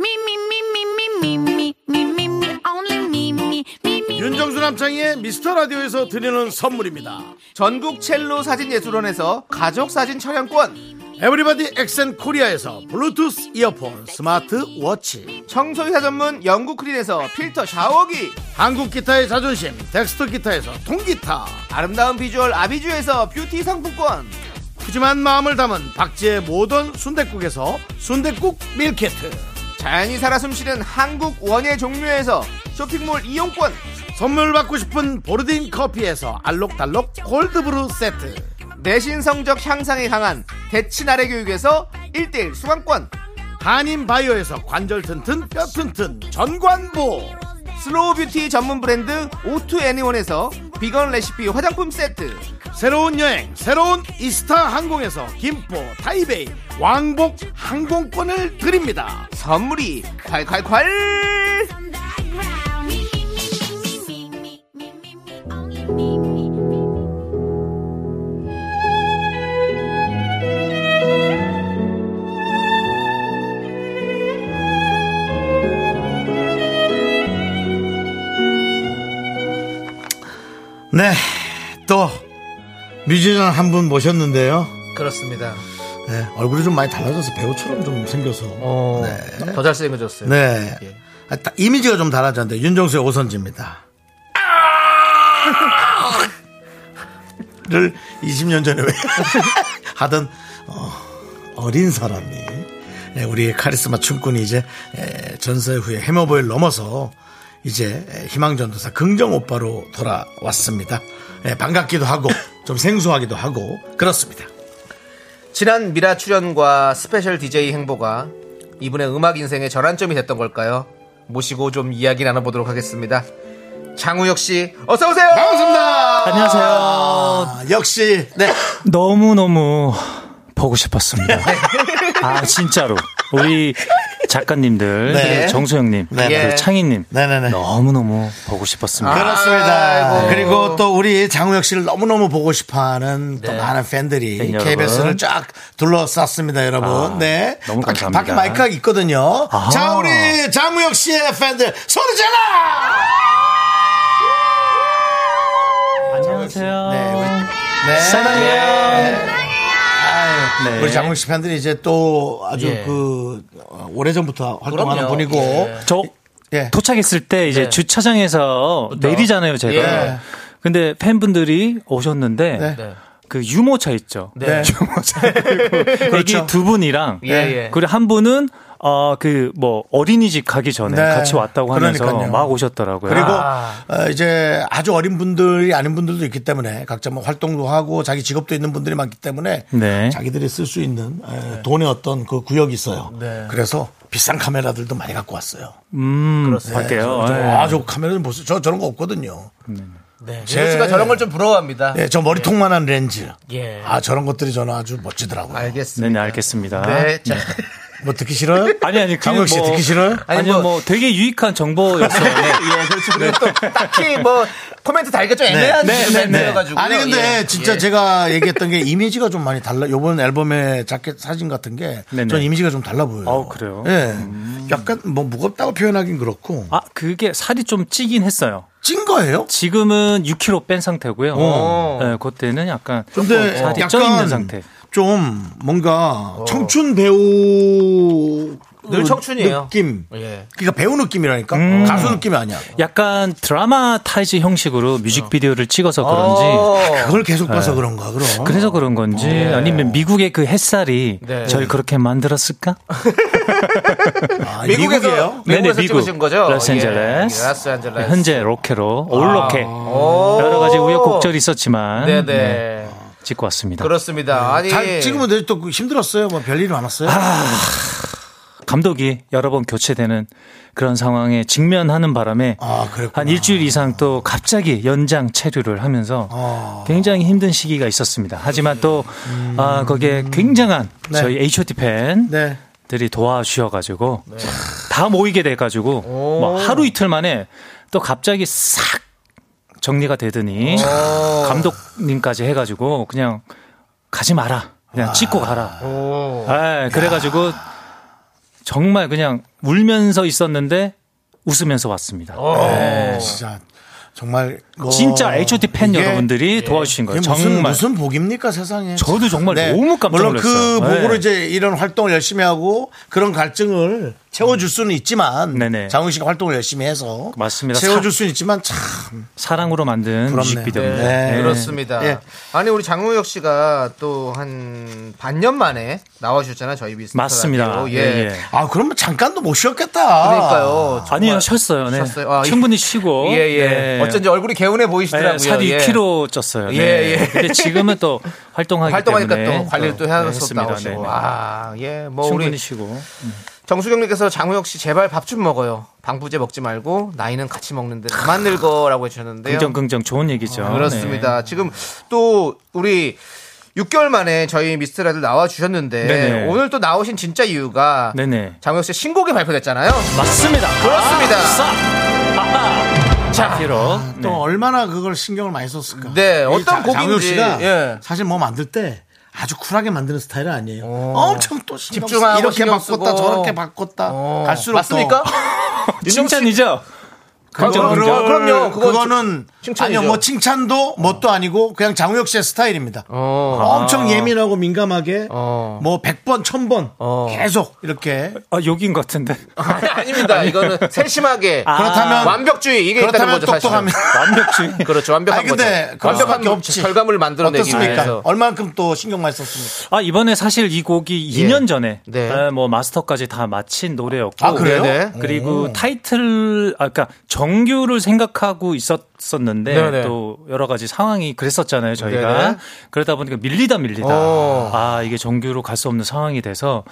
G: Me, me, me, me, me, me, me, me, me, me, only me, me, me, me.
A: 윤정수 남창희의 미스터 라디오에서 드리는 선물입니다.
B: 전국 첼로 사진예술원에서 가족 사진 촬영권
A: 에브리바디 엑센 코리아에서 블루투스 이어폰, 스마트 워치,
B: 청소이사 전문 영국크린에서 필터 샤워기
A: 한국 기타의 자존심, 덱스터 기타에서 통기타,
B: 아름다운 비주얼 아비주에서 뷰티 상품권
A: 푸짐한 마음을 담은 박지의 모던 순댓국에서순댓국 밀키트,
B: 자연이 살아 숨쉬는 한국 원예 종묘에서 쇼핑몰 이용권
A: 선물 받고 싶은 보르딘 커피에서 알록달록 골드브루 세트
B: 내신 성적 향상에 강한 대친 아래 교육에서 1대1 수강권
A: 한인 바이오에서 관절 튼튼 뼈 튼튼 전관보
B: 슬로우 뷰티 전문 브랜드 오투 애니원에서 비건 레시피 화장품 세트
A: 새로운 여행 새로운 이스타 항공에서 김포 타이베이 왕복 항공권을 드립니다
B: 선물이 콸콸콸
A: 네 또 뮤지션 한 분 모셨는데요
B: 그렇습니다.
A: 네, 얼굴이 좀 많이 달라져서 배우처럼 좀 생겨서
B: 어, 더 잘생겨졌어요.
A: 네.
B: 예.
A: 아, 딱 이미지가 좀 달라졌는데 윤정수의 오선지입니다. 를 20년 전에 왜 하던 어, 린 사람이 예, 우리의 카리스마 춤꾼이 이제 예, 전설 후에 해머보이를 넘어서 이제 예, 희망전도사 긍정 오빠로 돌아왔습니다. 예, 반갑기도 하고 좀 생소하기도 하고 그렇습니다.
B: 지난 미라 출연과 스페셜 DJ 행보가 이분의 음악 인생의 전환점이 됐던 걸까요? 모시고 좀 이야기 나눠보도록 하겠습니다. 장우혁 씨, 어서 오세요. 반갑습니다.
I: 안녕하세요.
A: 아, 역시
B: 네,
I: 너무너무 보고
A: 네.
I: 싶었습니다. 아, 진짜로. 우리 작가님들,
A: 네.
I: 정수영님,
A: 네,
B: 네.
I: 그리고 창희님.
A: 네네네.
I: 너무너무 보고 싶었습니다.
A: 그렇습니다.
B: 아이고.
A: 그리고 또 우리 장우혁 씨를 너무너무 보고 싶어 하는 또 많은 팬들이
I: 네. 팬 여러분.
A: KBS를 쫙 둘러쌌습니다, 여러분.
I: 아,
A: 네.
I: 너무
A: 밖에,
I: 감사합니다.
A: 밖에 마이크가 있거든요.
I: 아하.
A: 자, 우리 장우혁 씨의 팬들 소리 질러!
I: 안녕하세요.
A: 네, 우리- 네. 아유,
I: 네.
A: 우리 장우혁 씨 팬들이 이제 또 아주
B: 예.
A: 그 어, 오래전부터 활동하는
B: 그럼요.
A: 분이고
B: 예.
I: 저
A: 예.
I: 도착했을 때 이제
B: 네.
I: 주차장에서
A: 네.
I: 내리잖아요, 제가.
B: 예.
I: 근데 팬분들이 오셨는데
A: 네.
B: 네.
I: 그 유모차 있죠.
A: 네.
I: 유모차 그리고
A: 그렇죠.
I: 애기 두 분이랑
B: 예, 예.
I: 네. 그리고 한 분은 어 그 뭐 어린이집 가기 전에
A: 네.
I: 같이 왔다고 하면서
A: 그러니까요.
I: 막 오셨더라고요.
A: 그리고
I: 아,
A: 어, 이제 아주 어린 분들이 아닌 분들도 있기 때문에 각자 뭐 활동도 하고 자기 직업도 있는 분들이 많기 때문에
I: 네.
A: 자기들이 쓸 수 있는 에, 돈의 어떤 그 구역이 있어요.
I: 네.
A: 그래서 비싼 카메라들도 많이 갖고 왔어요. 아,
I: 음, 밖에요.
A: 저,
I: 예.
A: 아, 저 카메라는 무슨 저 저런 거 없거든요.
B: 네.
A: 제-
B: 제가 저런 걸 좀 부러워합니다.
A: 네, 저 머리통만한 렌즈.
B: 예.
A: 아, 저런 것들이 저는 아주 멋지더라고요.
I: 네,
B: 알겠습니다.
I: 네, 알겠습니다.
B: 네, 자,
A: 뭐 듣기 싫어요?
I: 아니 아니 그
A: 강욱 씨 듣기 싫어요?
I: 아니,
B: 아니,
I: 뭐,
B: 뭐-
I: 되게 유익한 정보였어요.
B: 예, 그렇죠. 그리고 또 딱히 뭐 코멘트 달기가 좀 애매한
A: 네,
I: 네, 네.
B: 멘트여가지고.
A: 아니 근데
B: 예,
A: 진짜
B: 예.
A: 제가 얘기했던 게 이미지가 좀 많이 달라. 요번 앨범의 자켓 사진 같은 게
I: 네네.
A: 전 이미지가 좀 달라 보여요.
I: 아우, 그래요? 음.
A: 예. 약간 뭐 무겁다고 표현하긴 그렇고
I: 아 그게 살이 좀 찌긴 했어요.
A: 찐 거예요?
I: 지금은 6kg 뺀 상태고요.
B: 오.
I: 네, 그때는 약간
A: 어.
I: 어,
A: 근데
I: 살이 쪄
A: 약간
I: 있는 상태.
A: 좀 뭔가 청춘 배우
B: 어. 늘 청춘이에요.
A: 느낌.
B: 예.
A: 그러니까 배우 느낌이라니까
I: 음.
A: 가수 느낌이 아니야.
I: 약간 드라마타이즈 형식으로 뮤직비디오를 찍어서 그런지
A: 아.
B: 어.
A: 그걸 계속 봐서 그런가 그럼.
I: 네. 그래서 그런 건지 아니면 미국의 그 햇살이
B: 네.
I: 저를 그렇게 만들었을까?
A: 아,
B: 미국에서
A: 미국이에요?
I: 네네,
B: 미국에서
I: 미국.
B: 찍으신 거죠?
I: 로스앤젤레스.
B: 예, 로스앤젤레스.
I: 현재 로케로
B: 아.
I: 올로케
B: 오.
I: 여러 가지 우여곡절이 있었지만
B: 네네.
I: 네, 찍고 왔습니다.
B: 그렇습니다. 아니
A: 잘 찍으면 네. 되지 또 힘들었어요. 뭐 별일 많았어요.
I: 아. 감독이 여러 번 교체되는 그런 상황에 직면하는 바람에
A: 아, 그랬구나.
I: 한 일주일 이상 또 갑자기 연장 체류를 하면서
A: 어.
I: 굉장히 힘든 시기가 있었습니다. 하지만 또 아, 거기에 굉장한
A: 네.
I: 저희 H.O.T 팬
A: 네.
I: 들이 도와주셔가지고 다 모이게 돼가지고 뭐 하루 이틀 만에 또 갑자기 싹 정리가 되더니 감독님까지 해가지고 그냥 가지 마라 그냥 찍고 가라. 아 그래가지고 정말 그냥 울면서 있었는데 웃으면서 왔습니다.
A: 네, 진짜 정말 뭐
I: 어. 진짜 H.O.T 팬
A: 이게-
I: 여러분들이 도와주신
A: 이게
I: 거예요.
A: 무슨,
I: 정말
A: 무슨 복입니까 세상에.
I: 저도 정말 너무 깜짝
A: 물론 그
I: 놀랐어요.
A: 복으로
I: 네.
A: 이제 이런 활동을 열심히 하고 그런 갈증을 채워줄 수는 있지만
I: 음. 네네.
A: 장훈 씨가 활동을 열심히 해서
I: 맞습니다.
A: 채워줄 수는 있지만 참
I: 사랑으로 만든
A: 부럽네요.
I: 뮤직비디오입니다.
A: 네.
B: 그렇습니다.
A: 예.
B: 아니 우리 장우혁 씨가 또 한 반년 만에 나와주셨잖아요 저희 미스터
I: 맞습니다.
B: 라디오. 예.
I: 예, 예.
A: 아, 그러면 잠깐도 못 쉬었겠다.
B: 그러니까요.
I: 아니요
B: 정말
I: 쉬었어요. 네.
B: 쉬었어요? 아,
I: 충분히 쉬고.
B: 예, 예.
I: 네.
B: 어쩐지 얼굴이 개운해 보이시더라고요.
I: 네, 살이 2kg 쪘어요. 네.
B: 예, 예.
I: 근데 지금은 또 활동하기
B: 활동하니까
I: 때문에
B: 또 관리를 또 해야 할수
I: 했습니다.
B: 나오시고.
I: 네, 네.
B: 아, 예. 뭐
I: 충분히
B: 우리
I: 쉬고.
B: 정수경님께서 장우혁 씨 제발 밥 좀 먹어요. 방부제 먹지 말고 나이는 같이 먹는데 그만 늙어라고 해주셨는데요.
I: 긍정 긍정 좋은 얘기죠.
B: 아, 그렇습니다. 지금 또 우리 6개월 만에 저희 미스터라들 나와 주셨는데
I: 네네.
B: 오늘 또 나오신 진짜 이유가
I: 네. 네네.
B: 장우혁 씨 신곡이 발표됐잖아요.
I: 맞습니다. 아,
B: 그렇습니다.
I: 자, 피로.
A: 또 얼마나 그걸 신경을 많이 썼을까.
B: 네,
A: 이
B: 어떤
A: 자-
B: 곡인지,
A: 장혁 씨가
B: 예.
A: 사실 뭐 만들 때 아주 쿨하게 만드는 스타일은 아니에요. 엄청 또 신경
B: 어. 집중하고
A: 쓰- 이렇게
B: 신경
A: 바꿨다
B: 쓰고.
A: 저렇게 바꿨다
B: 어.
A: 갈수록
B: 맞습니까?
A: 또
I: 칭찬이죠?
A: 그거-
I: 긍정, 긍정.
A: 그거-
B: 그럼요. 그건
A: 그거는
B: 칭찬이죠.
A: 아니요 뭐 칭찬도 뭣도 아니고 그냥 장우혁 씨의 스타일입니다. 아.
B: 어.
A: 엄청 예민하고 민감하게
B: 어.
A: 뭐 100번 1000번
B: 어.
A: 계속 이렇게
I: 아, 여긴 것 같은데.
B: 아닙니다. 이거는 세심하게
A: 그렇다면
B: 아, 완벽주의 이게 있다는
A: 그렇다면
B: 거죠. 사실은.
A: 똑똑합니다.
I: 아, 완벽주의.
B: 그렇죠. 완벽한
A: 아니, 근데
B: 거죠.
A: 그럴
B: 완벽한
A: 수밖에 없지.
B: 결과물을 만들어내기
A: 어떻습니까?
B: 위해서.
A: 얼만큼 또 신경 많이 썼습니까?
I: 아, 이번에 사실 이 곡이
B: 예.
I: 2년 전에
B: 네.
I: 아, 뭐 마스터까지 다 마친 노래였고.
A: 아 그래요?
B: 네네.
I: 그리고 타이틀 아까 정규를 생각하고 있었었는데
B: 네네.
I: 또 여러 가지 상황이 그랬었잖아요 저희가
B: 네네.
I: 그러다 보니까 밀리다 밀리다
B: 어.
I: 아 이게 정규로 갈 수 없는 상황이 돼서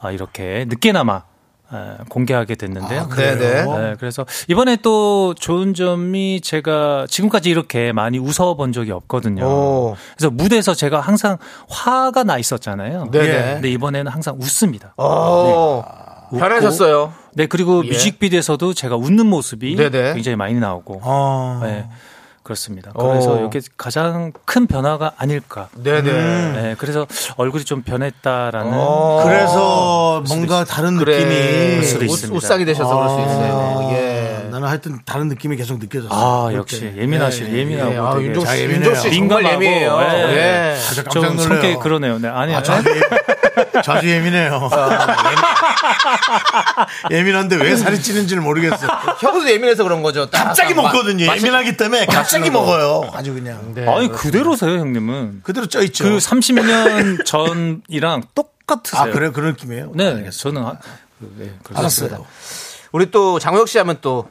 I: 아 이렇게 늦게나마 아, 공개하게 됐는데요.
B: 네네.
I: 네, 그래서 이번에 또 좋은 점이 제가 지금까지 이렇게 많이 웃어본 적이 없거든요.
B: 오.
I: 그래서 무대에서 제가 항상 화가 나 있었잖아요.
B: 네네.
I: 근데 이번에는 항상 웃습니다.
B: 어.
I: 웃고.
B: 변하셨어요.
I: 네 그리고
B: 예.
I: 뮤직비디오에서도 제가 웃는 모습이
B: 네네.
I: 굉장히 많이 나오고
A: 어.
I: 네, 그렇습니다.
B: 오.
I: 그래서 이게 가장 큰 변화가 아닐까.
B: 네네.
I: 네, 그래서 얼굴이 좀 변했다라는.
B: 어.
A: 그래서 뭔가 다른
B: 그래.
A: 느낌이
I: 수도
B: 옷-
I: 있습니다.
B: 옷상이 되셔서 그럴
A: 아.
B: 수 있어요.
A: 어,
B: 예.
A: 나는 하여튼 다른 느낌이 계속 느껴졌어.
I: 아 역시
A: 네,
I: 예민하실 예민하고
B: 예, 아,
I: 되게
B: 윤종
A: 자,
B: 씨,
A: 예민해요.
B: 윤종 씨 정말
I: 민감하고,
B: 예민해요.
A: 네.
I: 예.
B: 예.
A: 아주 깜짝
I: 좀
A: 놀라요.
I: 성격이 그러네요. 네, 아니요.
A: 아, 자주, 예- 자주 예민해요. 아, 예민한데 왜 살이 찌는지를 모르겠어요. 아,
B: 혀도 예민해서 그런 거죠. 딱
A: 갑자기
B: 막-
A: 먹거든요.
B: 맛있-
A: 예민하기 때문에 갑자기
B: 맛있는 거.
A: 먹어요. 아주 그냥.
B: 네.
I: 아니 그대로세요, 형님은.
A: 그대로 쪄있죠.
I: 그 30년 전이랑 똑같으세요.
A: 아, 그래요? 그런 느낌이에요?
I: 네,
A: 알겠어요.
I: 저는 아- 네, 그렇습니다.
A: 알았어요.
B: 우리 또 장우혁 씨 하면 또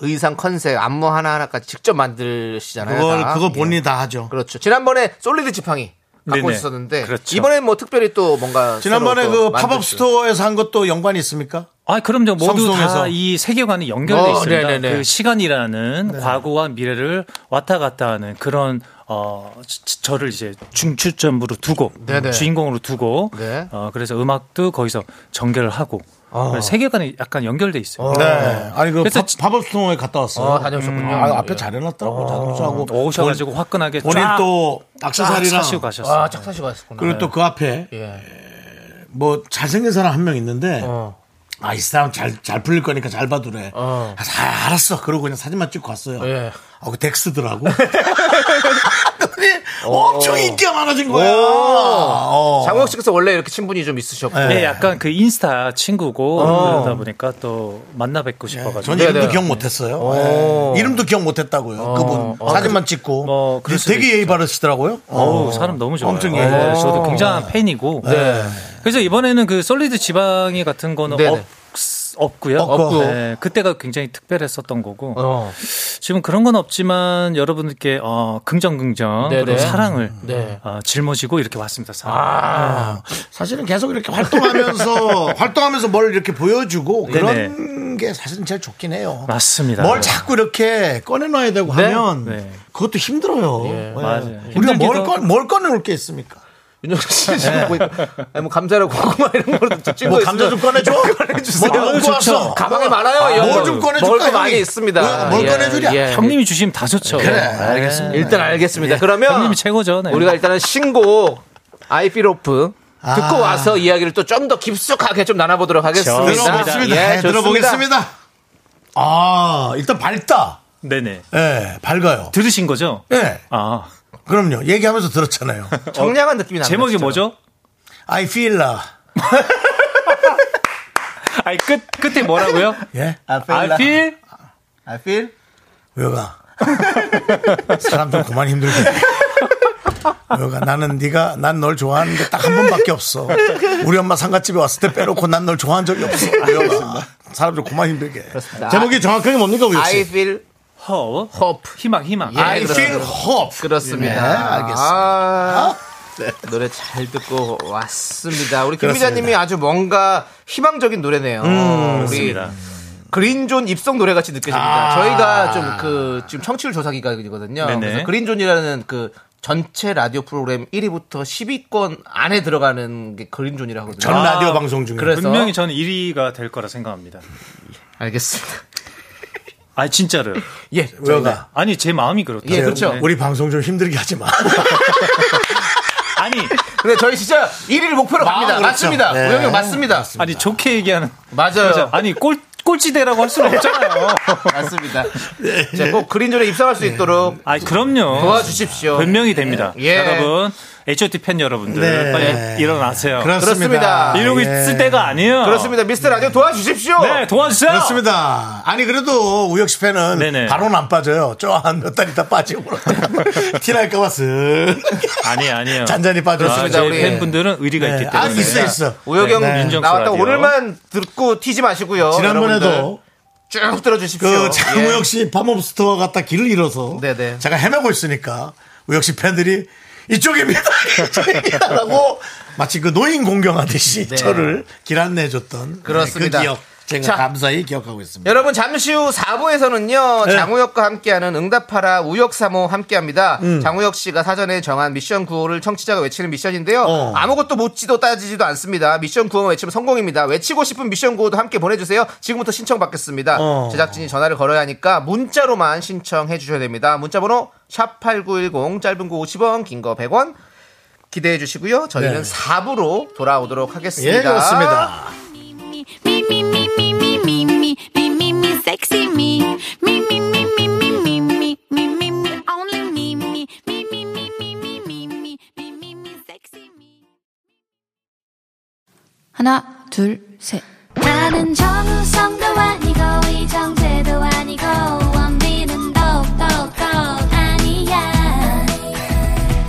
B: 의상 컨셉 안무 하나하나까지 직접 만드시잖아요.
A: 그걸,
B: 다.
A: 그거 본인이
B: 예.
A: 다 하죠.
B: 그렇죠. 지난번에 솔리드 지팡이 갖고
I: 네네.
B: 있었는데
I: 그렇죠.
B: 이번엔 뭐 특별히 또 뭔가
A: 지난번에
B: 새로 또
A: 그 팝업
B: 만드시고.
A: 스토어에서 한 것도 연관이 있습니까?
I: 아, 그럼요. 모두
A: 성수동에서.
I: 다 이 세계관이 연결돼
B: 어,
I: 있습니다.
B: 네네네.
I: 그 시간이라는 과거와 미래를 왔다 갔다 하는 그런 어 지- 지- 저를 이제 중추점으로 두고 음,
B: 네네.
I: 주인공으로 두고
B: 네.
I: 어 그래서 음악도 거기서 전개를 하고 그래서 세계관이 약간 연결돼 있어요.
A: 네. 아니, 그
I: 그래서
A: 팝- 팝업 스토어에 갔다 왔어요.
B: 어, 다녀오셨군요.
A: 아, 앞에 잘 해놨더라고. 자동차하고.
I: 어, 오셔가지고 화끈하게
A: 본인
I: 쫙
A: 또 악세사리랑
I: 사시고 가셨어요.
B: 아, 착사시 가셨구나.
A: 그리고 또 그 앞에
B: 예.
A: 뭐 잘생긴 사람 한 명 있는데
B: 어.
A: 아 이 사람 잘 잘 풀릴 거니까 잘 봐두래.
B: 어.
A: 아, 다 알았어. 그러고 그냥 사진만 찍고 왔어요.
B: 예.
A: 아, 그 덱스더라고. 그랬더니 엄청 인기가 많아진 거야. 어.
B: 장우혁 씨께서 원래 이렇게 친분이 좀 있으셨고.
I: 네, 약간 그 인스타 친구고 그러다 보니까 또 만나 뵙고 싶어가지고
A: 예. 전
B: 네네.
A: 이름도 기억 못했어요. 예. 이름도 기억 못했다고요. 그분 사진만 찍고
I: 뭐, 그럴 수도
A: 되게 예의 바르시더라고요.
I: 어우 사람 너무 좋아요.
A: 엄청
I: 어,
A: 예뻐요.
I: 네, 저도 굉장한 팬이고.
A: 네.
I: 그래서 이번에는 그 솔리드 지방이 같은 거는
B: 네네.
I: 없, 없고요.
A: 없고.
I: 네, 그때가 굉장히 특별했었던 거고.
B: 어.
I: 지금 그런 건 없지만 여러분들께 어, 긍정 긍정
B: 네네.
I: 그리고 사랑을
B: 네.
I: 어, 짊어지고 이렇게 왔습니다.
A: 아,
I: 사랑.
A: 사실은 계속 이렇게 활동하면서 활동하면서 뭘 이렇게 보여주고
B: 네,
A: 그런 게 사실은 제일 좋긴 해요.
I: 맞습니다.
A: 뭘 자꾸 이렇게 꺼내놔야 되고 하면
I: 네.
A: 그것도 힘들어요.
B: 예,
A: 네.
I: 맞아요.
A: 우리가
I: 힘들기도
A: 뭘,
I: 하고.
A: 꺼, 뭘 꺼내올 게 있습니까?
B: 윤정수 씨 지금 뭐, 아니, 뭐 감자나 고구마 이런 거로 좀 찍은
A: 네. 뭐
B: 거
A: 감자 좀
B: 네, 있으면
A: 꺼내줘.
B: 꺼내주세요.
A: 뭐
B: 아유,
A: 먹고
B: 좋죠.
A: 왔어.
B: 가방에
A: 뭐,
B: 많아요. 이런 거.
A: 뭘 좀 꺼내줄까?
B: 먹을 거 많이
A: 형님? 뭐,
B: 있습니다.
A: 뭘
B: 예,
A: 꺼내주랴?
B: 예.
I: 네, 형님이 주시면 다 좋죠.
A: 그래,
I: 네.
A: 알겠습니다. 예.
B: 일단 알겠습니다. 그러면
I: 형님이 최고죠. 네.
B: 우리가 일단은 신곡 아이피로프
A: 아.
B: 듣고 와서 이야기를 또 좀 더 깊숙하게 좀 나눠보도록 하겠습니다.
A: 들어보겠습니다.
B: 예,
A: 네,
B: 좋습니다.
A: 들어보겠습니다. 아, 일단 밝다.
I: 네네.
A: 예, 밝아요.
I: 들으신 거죠?
A: 예,
I: 아
A: 그럼요. 얘기하면서 들었잖아요.
B: 청량한 그렇죠. 느낌이 나요.
I: 제목이 뭐죠?
A: I feel love.
I: 아니 끝 끝에 뭐라고요?
A: 예?
H: I feel,
I: I
H: like-
I: feel
H: I feel
A: 왜가? 사람 좀 그만 힘들게. 왜가? 나는 네가 난 널 좋아하는 게 딱 한 번밖에 없어. 우리 엄마 상가집에 왔을 때 빼놓고 난 널 좋아한 적이 없어. 왜가? 사람 좀 그만 힘들게. 제목이 정확하게 뭡니까 우리
B: I
A: 씨?
B: feel
I: hope
B: hope.
I: 희망 희망.
B: 예.
A: I feel hope.
B: 그렇습니다.
A: 네, 알겠습니다. 네.
B: 아, 노래 잘 듣고 왔습니다. 우리 김
A: 그렇습니다.
B: 기자님이 아주 뭔가 희망적인 노래네요.
A: 음,
B: 우리
I: 그렇습니다.
B: 그린존 입성 노래 같이
A: 아.
B: 느껴집니다. 저희가 좀 그 지금 청취율 조사 기간이거든요.
I: 네네.
B: 그래서 그린존이라는 그 전체 라디오 프로그램 1위부터 10위권 안에 들어가는 게 그린존이라고 하거든요.
A: 전 라디오 방송 중에.
B: 아, 그래서
I: 분명히 저는 1위가 될 거라 생각합니다.
B: 알겠습니다.
I: 아 진짜로.
B: 예,
A: 왜가?
I: 아니 제 마음이 그렇다.
B: 예, 그렇죠.
I: 네.
A: 우리 방송 좀 힘들게 하지 마.
I: 아니
B: 근데 저희 진짜 1위를 목표로 갑니다.
A: 그렇죠.
B: 맞습니다.
A: 네.
B: 우영이 형 맞습니다.
I: 아니 좋게 얘기하는.
B: 맞아요.
I: 아니 꼴 꼴찌대라고 할 수는 없잖아요.
B: 맞습니다. 자, 꼭 그린존에 입성할
A: 네.
B: 수 있도록
I: 아 그럼요.
B: 도와주십시오.
I: 변명이 됩니다.
B: 예.
I: 여러분, HOT 팬 여러분들
A: 네. 아, 예.
I: 빨리 일어나세요.
B: 그렇습니다.
I: 이러고 있을 때가 아니에요.
B: 그렇습니다. 미스터 라디오 도와주십시오.
I: 네, 도와주세요.
A: 그렇습니다. 아니 그래도 우혁 씨 팬은
I: 네네.
A: 바로는 안 빠져요. 저 한 몇 달 있다 빠지고 티날까봐 쓱
I: 아니 아니에요.
A: 잔잔히
I: 그렇습니다.
A: 빠졌습니다.
I: 저희
B: 우리.
I: 팬분들은 의리가
A: 네.
I: 있기
A: 아,
I: 때문에.
A: 있어 있어.
B: 우혁이 형
A: 네.
I: 윤정수
B: 나왔다
I: 라디오.
B: 오늘만 듣고 튀지 마시고요. 여러분들
A: 지난번에도
B: 쭉 들어주십시오.
A: 어, 그 장우혁
B: 예.
A: 씨 팝업스토어 갔다 길을 잃어서
B: 네네.
A: 제가 헤매고 있으니까 우혁 씨 팬들이 이쪽입니다. 이쪽입니다라고 마치 그 노인 공경하듯이 저를 길 안내해줬던
B: 그렇습니다.
A: 네. 그 기억 제가
B: 자.
A: 감사히 기억하고 있습니다.
B: 여러분 잠시 후 4부에서는요
A: 네.
B: 장우혁과 함께하는 응답하라 우혁사모 함께합니다
A: 음.
B: 장우혁 씨가 사전에 정한 미션 구호를 청취자가 외치는 미션인데요
A: 어.
B: 아무것도 묻지도 따지지도 않습니다 미션 구호만 외치면 성공입니다 외치고 싶은 미션 구호도 함께 보내주세요 지금부터 신청 받겠습니다
A: 어.
B: 제작진이 전화를 걸어야 하니까 문자로만 신청해 주셔야 됩니다 문자번호 샵8910 짧은 거 50원 긴 거 100원 기대해 주시고요
A: 네.
B: 저희는 4부로 돌아오도록 하겠습니다
A: 예 그렇습니다.
G: Me, me, me, me, me, me, me, me, me, me, me, sexy me. Me, me, me, me, me, me, me, me, me, me, only me, me, me, me, me, me, me, me, me, me, me, me, sexy me.
J: 하나, 둘, 셋.
G: 나는 정우성도 아니고 이정재도 아니고 원빈은 더욱더 아니야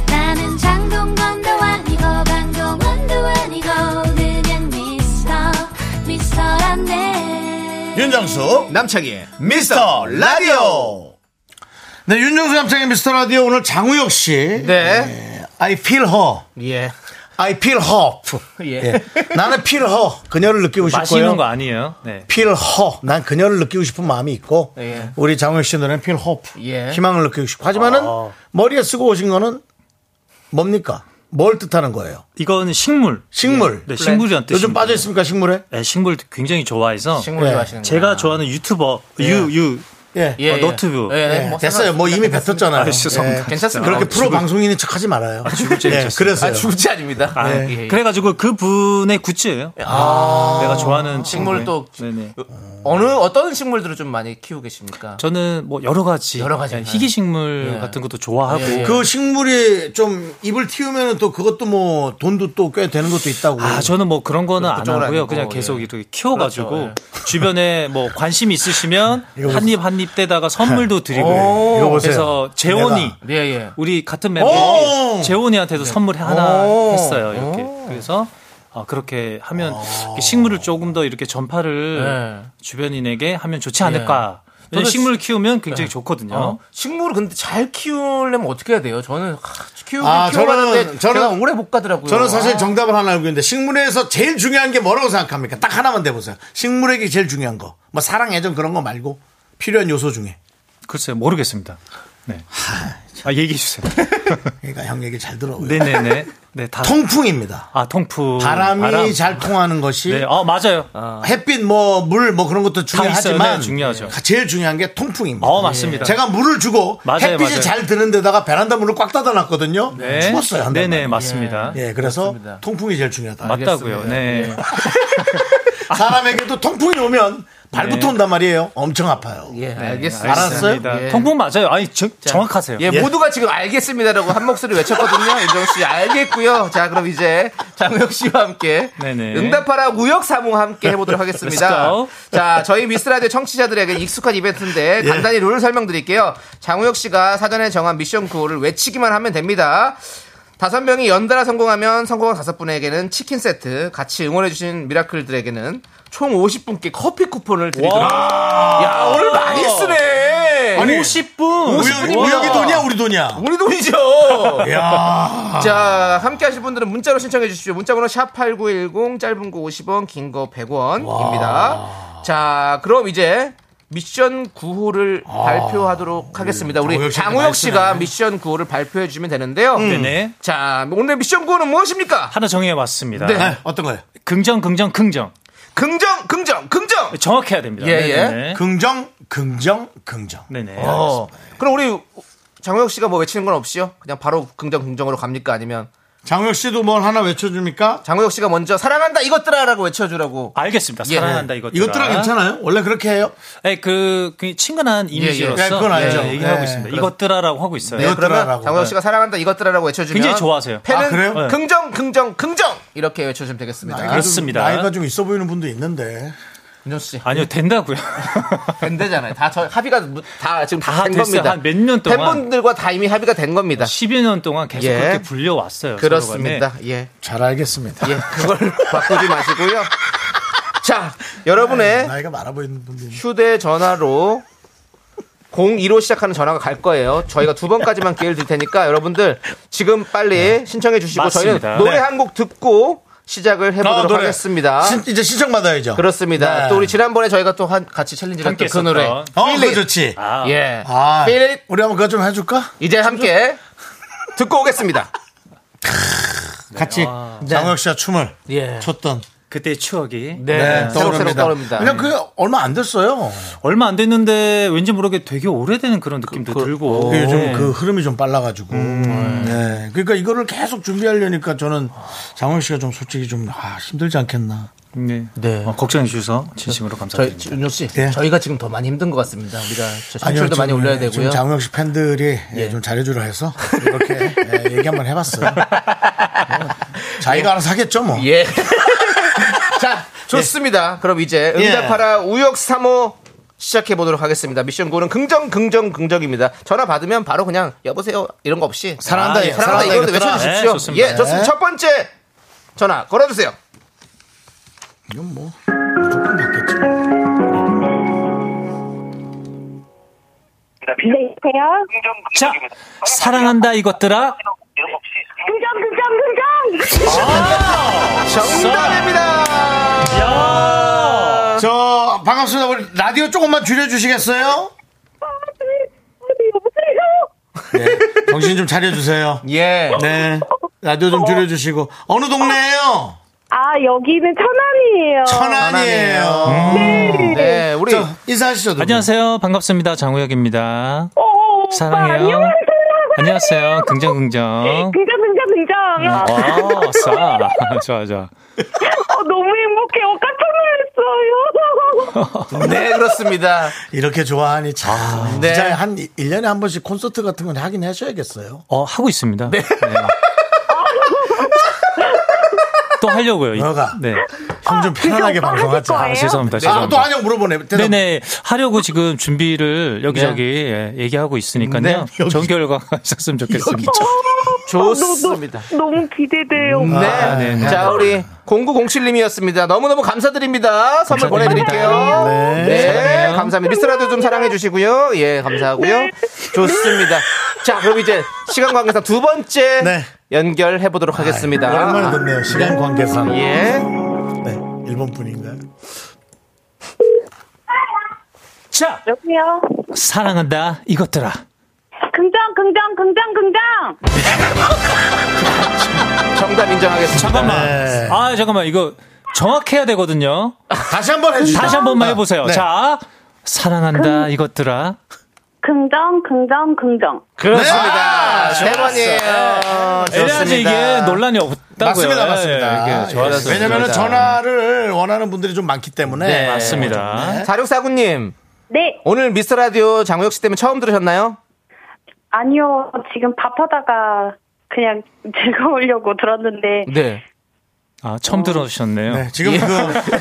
G: 나는 장동건도 아니고 강동원도 아니고 그냥 미스터 미스터란데
A: 윤정수
B: 남창희의
A: 미스터 라디오. 네, 윤정수 남창의 미스터 라디오 오늘 장우혁 씨.
B: 네.
A: 예, I feel her.
B: 예.
A: I feel hope.
B: 예.
A: 예. 나는 feel her. 그녀를 느끼고 싶고요.
I: 마시는 거 아니에요. 네.
A: feel her. 난 그녀를 느끼고 싶은 마음이 있고
B: 예.
A: 우리 장우혁 씨 노래는 feel hope.
B: 예.
A: 희망을 느끼고 싶고. 하지만은 머리에 쓰고 오신 거는 뭡니까? 뭘 뜻하는 거예요?
I: 이건 식물.
A: 식물.
I: 네, 식물이란 뜻.
A: 요즘 빠져 있습니까 식물에?
I: 네, 식물 굉장히 좋아해서
B: 식물
A: 예.
B: 좋아하시는
I: 제가 좋아하는 유튜버 유유
A: 예.
I: 어, 너튜브.
A: 예, 됐어요. 뭐 이미 뱉었잖아요.
I: 아, 죄송합니다.
A: 예.
B: 괜찮습니다.
A: 그렇게
B: 아,
A: 프로 방송인인 척하지 말아요.
I: 죽을 죄
A: 예,
I: 지었습니다.
A: 그래서요.
B: 아, 죽지 아닙니다.
I: 아,
B: 예, 예.
I: 그래가지고 그 분의 굿즈예요. 아. 내가 좋아하는
B: 식물 또그
I: 친구의. 네네.
B: 어느 어떤 식물들을 좀 많이 키우고 계십니까?
I: 저는 뭐 여러 가지,
B: 여러 가지.
I: 예, 희귀 식물 같은 것도 좋아하고
B: 예, 예.
A: 그 식물이 좀 입을 틔우면 또 그것도 뭐 돈도 또 꽤 되는 것도 있다고.
I: 아, 저는 뭐 그런 거는 안
B: 그쪽으로
I: 하고요.
B: 아니고,
I: 그냥
B: 예.
I: 계속 이렇게 키워가지고
B: 그렇죠, 예,
I: 주변에 뭐 관심 있으시면
A: 이거
I: 한 입 한 입 떼다가 선물도 드리고.
A: 예, 이거 보세요.
I: 어. 그래서 재원이
A: 내가.
B: 예, 예.
I: 우리 같은 멤버 재원이한테도
B: 네.
I: 선물 하나 했어요. 이렇게 그래서 아, 그렇게 하면 이렇게 식물을 조금 더 이렇게 전파를
B: 예.
I: 주변인에게 하면 좋지 않을까. 왜냐면
B: 저는
I: 식물 키우면 굉장히 좋거든요.
B: 어? 식물을 근데 잘 키우려면 어떻게 해야 돼요? 저는 키우고
A: 아,
B: 키워봤는데
A: 저는- 저는-
B: 제가 오래 못 가더라고요.
A: 저는 사실
B: 아,
A: 정답을 하나 알고 있는데 식물에서 제일 중요한 게 뭐라고 생각합니까? 딱 하나만 대보세요. 식물에게 제일 중요한 거. 뭐 사랑, 애정 그런 거 말고 필요한 요소 중에.
I: 글쎄요 모르겠습니다. 네. 아 얘기해 주세요.
A: 그러니까 형 얘기 잘 들어. 요
I: 네네네. 네 다.
A: 통풍입니다.
I: 아 통풍.
A: 바람이
I: 바람.
A: 잘 통하는 것이
I: 네. 어 맞아요.
A: 햇빛 뭐 물 뭐 그런 것도
I: 있어요.
A: 중요하지만
I: 네, 중요하죠.
A: 제일 중요한 게 통풍입니다.
I: 어 맞습니다.
A: 예. 제가 물을 주고
I: 맞아요,
A: 햇빛이
I: 맞아요.
A: 잘 드는 데다가 베란다 문을 꽉 닫아 놨거든요.
I: 네.
A: 죽었어요, 한
I: 네네
A: 달만.
I: 맞습니다. 네,
A: 예, 그래서
B: 그렇습니다.
A: 통풍이 제일 중요하다.
I: 맞다고요. 네.
A: 발부터 온단 말이에요. 엄청 아파요.
B: 예,
I: 네,
B: 알겠습니다.
I: 알았습니다.
B: 예.
I: 통풍 맞아요. 아니 저- 정확하세요.
B: 예, 모두가 지금 알겠습니다라고 한 목소리 외쳤거든요. 윤정 씨 알겠고요. 자, 그럼 이제 장혁 씨와 함께
I: 네네.
B: 응답하라 우역 사무 함께 해보도록
I: Let's
B: 하겠습니다.
I: go.
B: 자, 저희 미스라디오 청취자들에게 익숙한 이벤트인데
A: 예.
B: 간단히 룰을 설명드릴게요. 장우혁 씨가 사전에 정한 미션 구호를 외치기만 하면 됩니다. 다섯 명이 연달아 성공하면 성공한 다섯 분에게는 치킨 세트, 같이 응원해주신 미라클들에게는 총 50분께 커피 쿠폰을 드리도록. 야, 오늘 많이 쓰네!
I: 50분.
A: 우혁, 우혁이 돈이야, 우리 돈이야.
B: 우리 돈이죠.
A: 야
B: 자, 함께 하실 분들은 문자로 신청해 주십시오. 문자 번호 샵8910 짧은 거 50원, 긴 거 100원입니다. 자, 그럼 이제 미션 구호를 발표하도록 하겠습니다. 우리
A: 장우혁 아. 씨한테
B: 장우혁 씨가
A: 말씀해. 음.
B: 미션 구호를 발표해 주면 되는데요.
I: 네네.
B: 자, 오늘 미션 구호는 무엇입니까?
I: 하나 정해 왔습니다.
B: 네.
A: 네, 어떤 거예요?
I: 긍정, 긍정, 긍정.
B: 긍정, 긍정, 긍정.
I: 정확해야 됩니다.
B: 예, 예.
I: 네네.
A: 그, 긍정, 긍정, 긍정.
I: 네네.
B: 어. 그럼 우리 장우혁 씨가 뭐 외치는 건 없이요? 그냥 바로 긍정, 긍정으로 갑니까? 아니면
A: 장혁 씨도 뭘 하나 외쳐줍니까?
B: 장우혁 씨가 먼저 사랑한다 이것들아라고 외쳐주라고.
I: 알겠습니다.
B: 예.
I: 사랑한다 이것들.
A: 이것들아 괜찮아요? 원래 그렇게 해요?
I: 네, 그, 그 친근한 이미지로서
A: 예, 그건 알죠.
I: 예, 얘기하고
A: 네.
I: 있습니다.
A: 그래서-
I: 이것들아라고 하고 있어요.
B: 네, 그러면
A: 이것들아라고.
B: 장우혁 씨가 사랑한다 이것들아라고 외쳐주면
I: 굉장히 좋아하세요.
B: 팬은
A: 아, 그래요? 아,
I: 네.
B: 긍정 긍정 긍정 이렇게 외쳐주면 되겠습니다.
I: 나이가- 그렇습니다.
A: 좀, 나이가 좀 있어 보이는 분도 있는데.
B: 윤정 씨
I: 아니요, 된다고요.
B: 된대잖아요. 다 저 합의가 무- 다 지금
I: 다
B: 된
I: 됐어요.
B: 겁니다.
I: 한몇년 동안.
B: 팬분들과 다 이미 합의가 된 겁니다.
I: 10여 년 동안 계속
B: 예.
I: 그렇게 불려왔어요.
B: 그렇습니다. 예,
A: 잘 알겠습니다.
B: 예, 그걸 바꾸지 마시고요. 자, 여러분의
A: 네, 나이가 많아 보이는 분도 있는데.
B: 휴대전화로 02로 시작하는 전화가 갈 거예요. 저희가 두 번까지만 기회를 드릴 테니까 여러분들 지금 빨리 신청해 주시고
I: 맞습니다.
B: 저희는 노래
I: 네.
B: 한 곡 듣고 시작을 해보도록
A: 아, 노래.
B: 하겠습니다.
A: 신- 이제 신청받아야죠.
B: 그렇습니다.
A: 네.
B: 또 우리 지난번에 저희가 또 한, 같이 챌린지를
I: 함께
B: 했던 그 노래.
I: 했었던.
A: 어,
B: Feel
A: 그거
B: It.
A: 좋지.
I: 아,
B: 예.
A: 아,
B: Feel It.
A: 우리 한번 그거 좀 해줄까?
B: 이제 함께 듣고 오겠습니다.
A: 같이 장혁 씨와 춤을
B: 네. 아. 예.
A: 췄던.
I: 그때 추억이
B: 네. 새록새록 떠오릅니다.
A: 그냥 그게 얼마 안 됐어요.
I: 얼마 안 됐는데 왠지 모르게 되게 오래되는 그런 느낌도 들고
A: 그게 요즘
I: 네.
A: 그 흐름이 좀 빨라가지고.
B: 음.
A: 네. 그러니까 이거를 계속 준비하려니까 저는 장혁 씨가 좀 솔직히 좀 아, 힘들지 않겠나.
I: 네.
B: 네.
I: 어, 걱정해 주셔서 진심으로
B: 저희,
I: 감사드립니다.
B: 윤호 씨,
A: 네.
B: 저희가 지금 더 많이 힘든 것 같습니다. 우리가 저
A: 아니요,
B: 청출도 많이
A: 지금,
B: 올려야
A: 예, 지금
B: 되고요.
A: 장우혁 씨 팬들이 예, 좀 잘해주라 해서 이렇게 예, 얘기 한번 해봤어요. 뭐, 자기가 알아서 하겠죠 뭐.
B: 예. 자, 좋습니다. 예. 그럼 이제 응답하라 우역 3호 시작해 보도록 하겠습니다. 미션 9는 긍정, 긍정, 긍정입니다. 전화 받으면 바로 그냥 여보세요 이런 거 없이
A: 사랑한다, 예,
B: 사랑한다
A: 사랑한다
B: 이걸로
A: 이것들아.
B: 외쳐주십시오.
I: 네, 좋습니다.
B: 예, 좋습니다. 첫 번째 전화 걸어주세요.
A: 이건 뭐 조금 받겠죠.
C: 네, 여보세요?
I: 자, 사랑한다 이것들아.
C: 긍정, 긍정, 긍정!
B: 정답입니다.
A: 저 반갑습니다. 우리 라디오 조금만 줄여주시겠어요?
C: 아,
A: 네, 정신 좀 차려주세요.
B: 예.
A: 네, 라디오 좀 줄여주시고 어느 동네예요?
C: 아, 여기는 천안이에요.
B: 아,
A: 천안이에요.
B: 네, 우리
A: 저, 인사하시죠. 두 분.
I: 안녕하세요. 반갑습니다. 장우혁입니다.
C: 어, 어, 오빠,
I: 사랑해요.
C: 안녕하세요.
I: 안녕하세요. 긍정
F: 어?
I: 긍정.
C: 긍정, 긍정,
F: 음,
C: 긍정.
I: 와, 싸. 좋아 좋아.
C: 어, 너무 행복해. 어, 깜짝 놀랐어요.
B: 네, 그렇습니다.
A: 이렇게 좋아하니 참.
B: 네.
A: 진짜 한 1년에 한 번씩 콘서트 같은 건 하긴 하셔야겠어요.
I: 어 하고 있습니다. 네. 또 하려고요. 이-
A: 너가.
I: 네.
A: 형 좀 편안하게
C: 오빠
A: 방송하자.
C: 하실
I: 아, 죄송합니다.
A: 아, 또
I: 죄송합니다.
A: 한영 물어보네. 대답.
I: 네네 하려고 지금 준비를 여기저기
B: 네.
I: 예, 얘기하고 있으니까요.
A: 여기.
I: 좋은 결과가 있었으면 좋겠습니다.
B: 좋습니다.
C: 너무 기대돼요.
B: 네.
A: 아, 네, 네.
B: 자, 우리 0907님이었습니다. 너무너무 감사드립니다. 선물
I: 감사드립니다.
B: 보내드릴게요. 네.
I: 사랑해요.
B: 감사합니다. 미스라도 좀 사랑해주시고요. 예, 감사하고요. 좋습니다. 자, 그럼 이제 시간 관계상 두 번째
A: 네.
B: 연결해보도록 하겠습니다.
A: 오랜만에 듣네요. 시간 관계상.
B: 예.
A: 네. 일본 분인가요?
I: 자
C: 여보세요?
I: 사랑한다 이것들아.
C: 긍정, 긍정, 긍정, 긍정!
B: 정답 인정하겠습니다.
I: 잠깐만.
A: 네.
I: 아 잠깐만 이거 정확해야 되거든요.
A: 다시 한번 네. 해주세요.
B: 네.
I: 다시 한 번만 해보세요.
A: 네.
I: 자 사랑한다 이것들아.
C: 긍정, 긍정, 긍정.
A: 네. 아,
B: 그렇습니다. 세 번이에요.
I: 아, 이래야지 이게 논란이 없다고요.
A: 맞습니다,
I: 예,
B: 아,
A: 맞습니다.
I: 이게 좋았어요.
A: 아, 왜냐하면
B: 좋았어요.
A: 전화를 원하는 분들이 좀 많기 때문에
B: 네,
I: 맞습니다.
A: 네.
B: 사육사구님
C: 네,
B: 오늘 미스터 라디오 장우혁 씨 때문에 처음 들으셨나요?
C: 아니요. 지금 밥하다가 그냥 즐거우려고 들었는데.
B: 네.
I: 아, 처음 들어주셨네요.
A: 네, 지금 그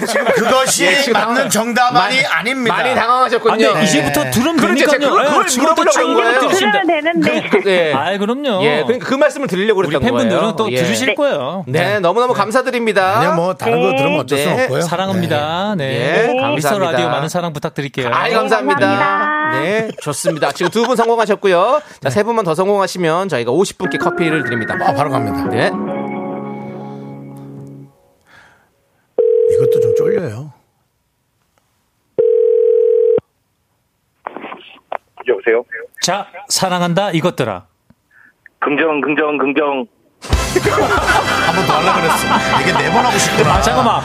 A: 지금 그것이
B: 예, 지금
A: 맞는 정답만이
B: 많이-
A: 아닙니다.
B: 많이
I: 아,
B: 당황하셨군요.
I: 근데 이제부터 들으면
B: 네. 그러니까
I: 되니까요.
B: 제가 그걸-
I: 예,
B: 그걸
I: 지금부터
B: 물어보려고 한 거예요.
I: 충분히
C: 들으면
I: 들으시면
C: 되는데.
B: 예.
I: 아, 그럼요.
B: 예, 그러니까 그 말씀을 드리려고
I: 우리
B: 그랬던 거예요.
I: 팬분들은 또
B: 예.
I: 들으실 거예요.
B: 네, 너무너무 감사드립니다.
A: 그냥 뭐 다른 거 들으면 어쩔 수
B: 네.
A: 없고요. 예.
I: 사랑합니다.
B: 네,
I: 네.
B: 감사합니다.
I: 미스터 라디오 많은 사랑 부탁드릴게요.
B: 아이, 감사합니다.
C: 감사합니다.
B: 네, 좋습니다. 지금 두 분 성공하셨고요. 자, 세 분만 더 성공하시면 저희가 50분께 커피를 드립니다.
A: 네. 아, 바로 갑니다.
B: 네.
A: 이것도 좀 쫄려요.
F: 여보세요?
I: 자, 사랑한다 이것들아.
F: 긍정, 긍정, 긍정.
A: 한 번 더 하려고 그랬어. 이게 네 번 하고 싶구나.
I: 아, 잠깐만.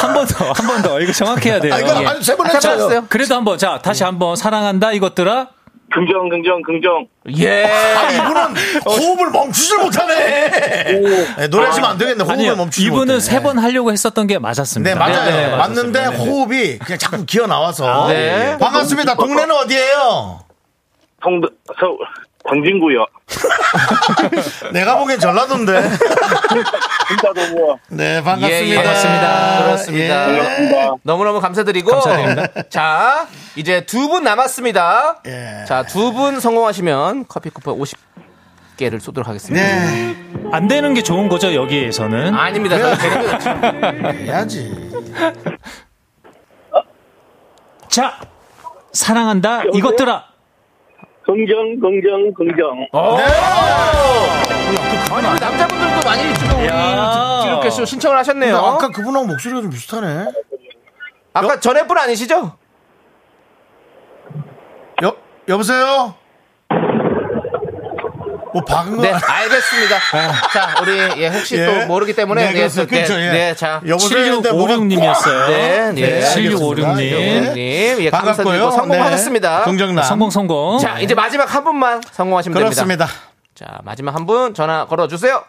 I: 한 번 더, 한 번 더. 이거 정확해야 돼요.
A: 아, 이거
I: 예.
A: 한 세 번
B: 아, 세
A: 했잖아요. 네,
B: 번 했어요?
I: 그래도 한 번. 자, 다시 한 번. 사랑한다 이것들아.
F: 긍정, 긍정, 긍정.
B: 예.
A: 아, 이분은
I: 어.
A: 호흡을 멈추질 못하네. 네, 노래하시면 안 되겠네. 호흡을
I: 아니요.
A: 멈추지 못해.
I: 이분은 세 번 하려고 했었던 게 맞았습니다.
A: 네, 맞아요.
I: 네, 네,
A: 맞는데
I: 맞았습니다. 네, 아, 네.
A: 호흡이 그냥 자꾸 기어 나와서.
B: 네.
A: 네. 반갑습니다. 동네는 어디예요?
F: 성도, 서울, 광진구요.
A: 내가 보기엔 전라도인데.
F: 진짜도 뭐.
A: 네, 반갑습니다.
B: 예, 예, 반갑습니다. 그렇습니다.
A: 예.
B: 너무너무 감사드리고.
I: 감사드립니다.
B: 자, 이제 두 분 남았습니다.
A: 예.
B: 자, 두 분 성공하시면 커피 쿠폰 50개를 쏘도록 하겠습니다.
A: 네,
I: 안 되는 게 좋은 거죠, 여기에서는.
B: 아닙니다. 저희 재밌는-
A: 해야지.
I: 자, 사랑한다 이것들아.
F: 긍정, 긍정, 긍정.
B: 아니, 우리 남자분들도 많이 지금 우리
A: 아,
I: 야.
B: 이렇게 신청을 하셨네요.
A: 근데 아까
B: 아까,
A: 그분하고 목소리가 좀 비슷하네.
B: 전에 분 아니시죠?
A: 여, 여보세요? 뭐 박은 거
B: 네,
A: 아니-
B: 알겠습니다. 자, 우리 예,
A: 어.
B: 혹시
A: 예.
B: 또 모르기 때문에
A: 네, 그렇죠.
B: 네,
A: 그렇죠. 예.
B: 네, 자.
A: 여보세요? 했는데 뭐가-
I: 7656님이었어요.
B: 네, 네.
A: 알겠습니다.
I: 7656님.
A: 네,
B: 님, 예,
A: 반갑고요.
B: 감사드리고 성공하셨습니다.
A: 네. 긍정남.
I: 성공, 성공.
B: 자, 이제 마지막 한 분만 성공하시면 됩니다.
A: 그렇습니다.
B: 자, 마지막 한 분 전화 걸어 주세요.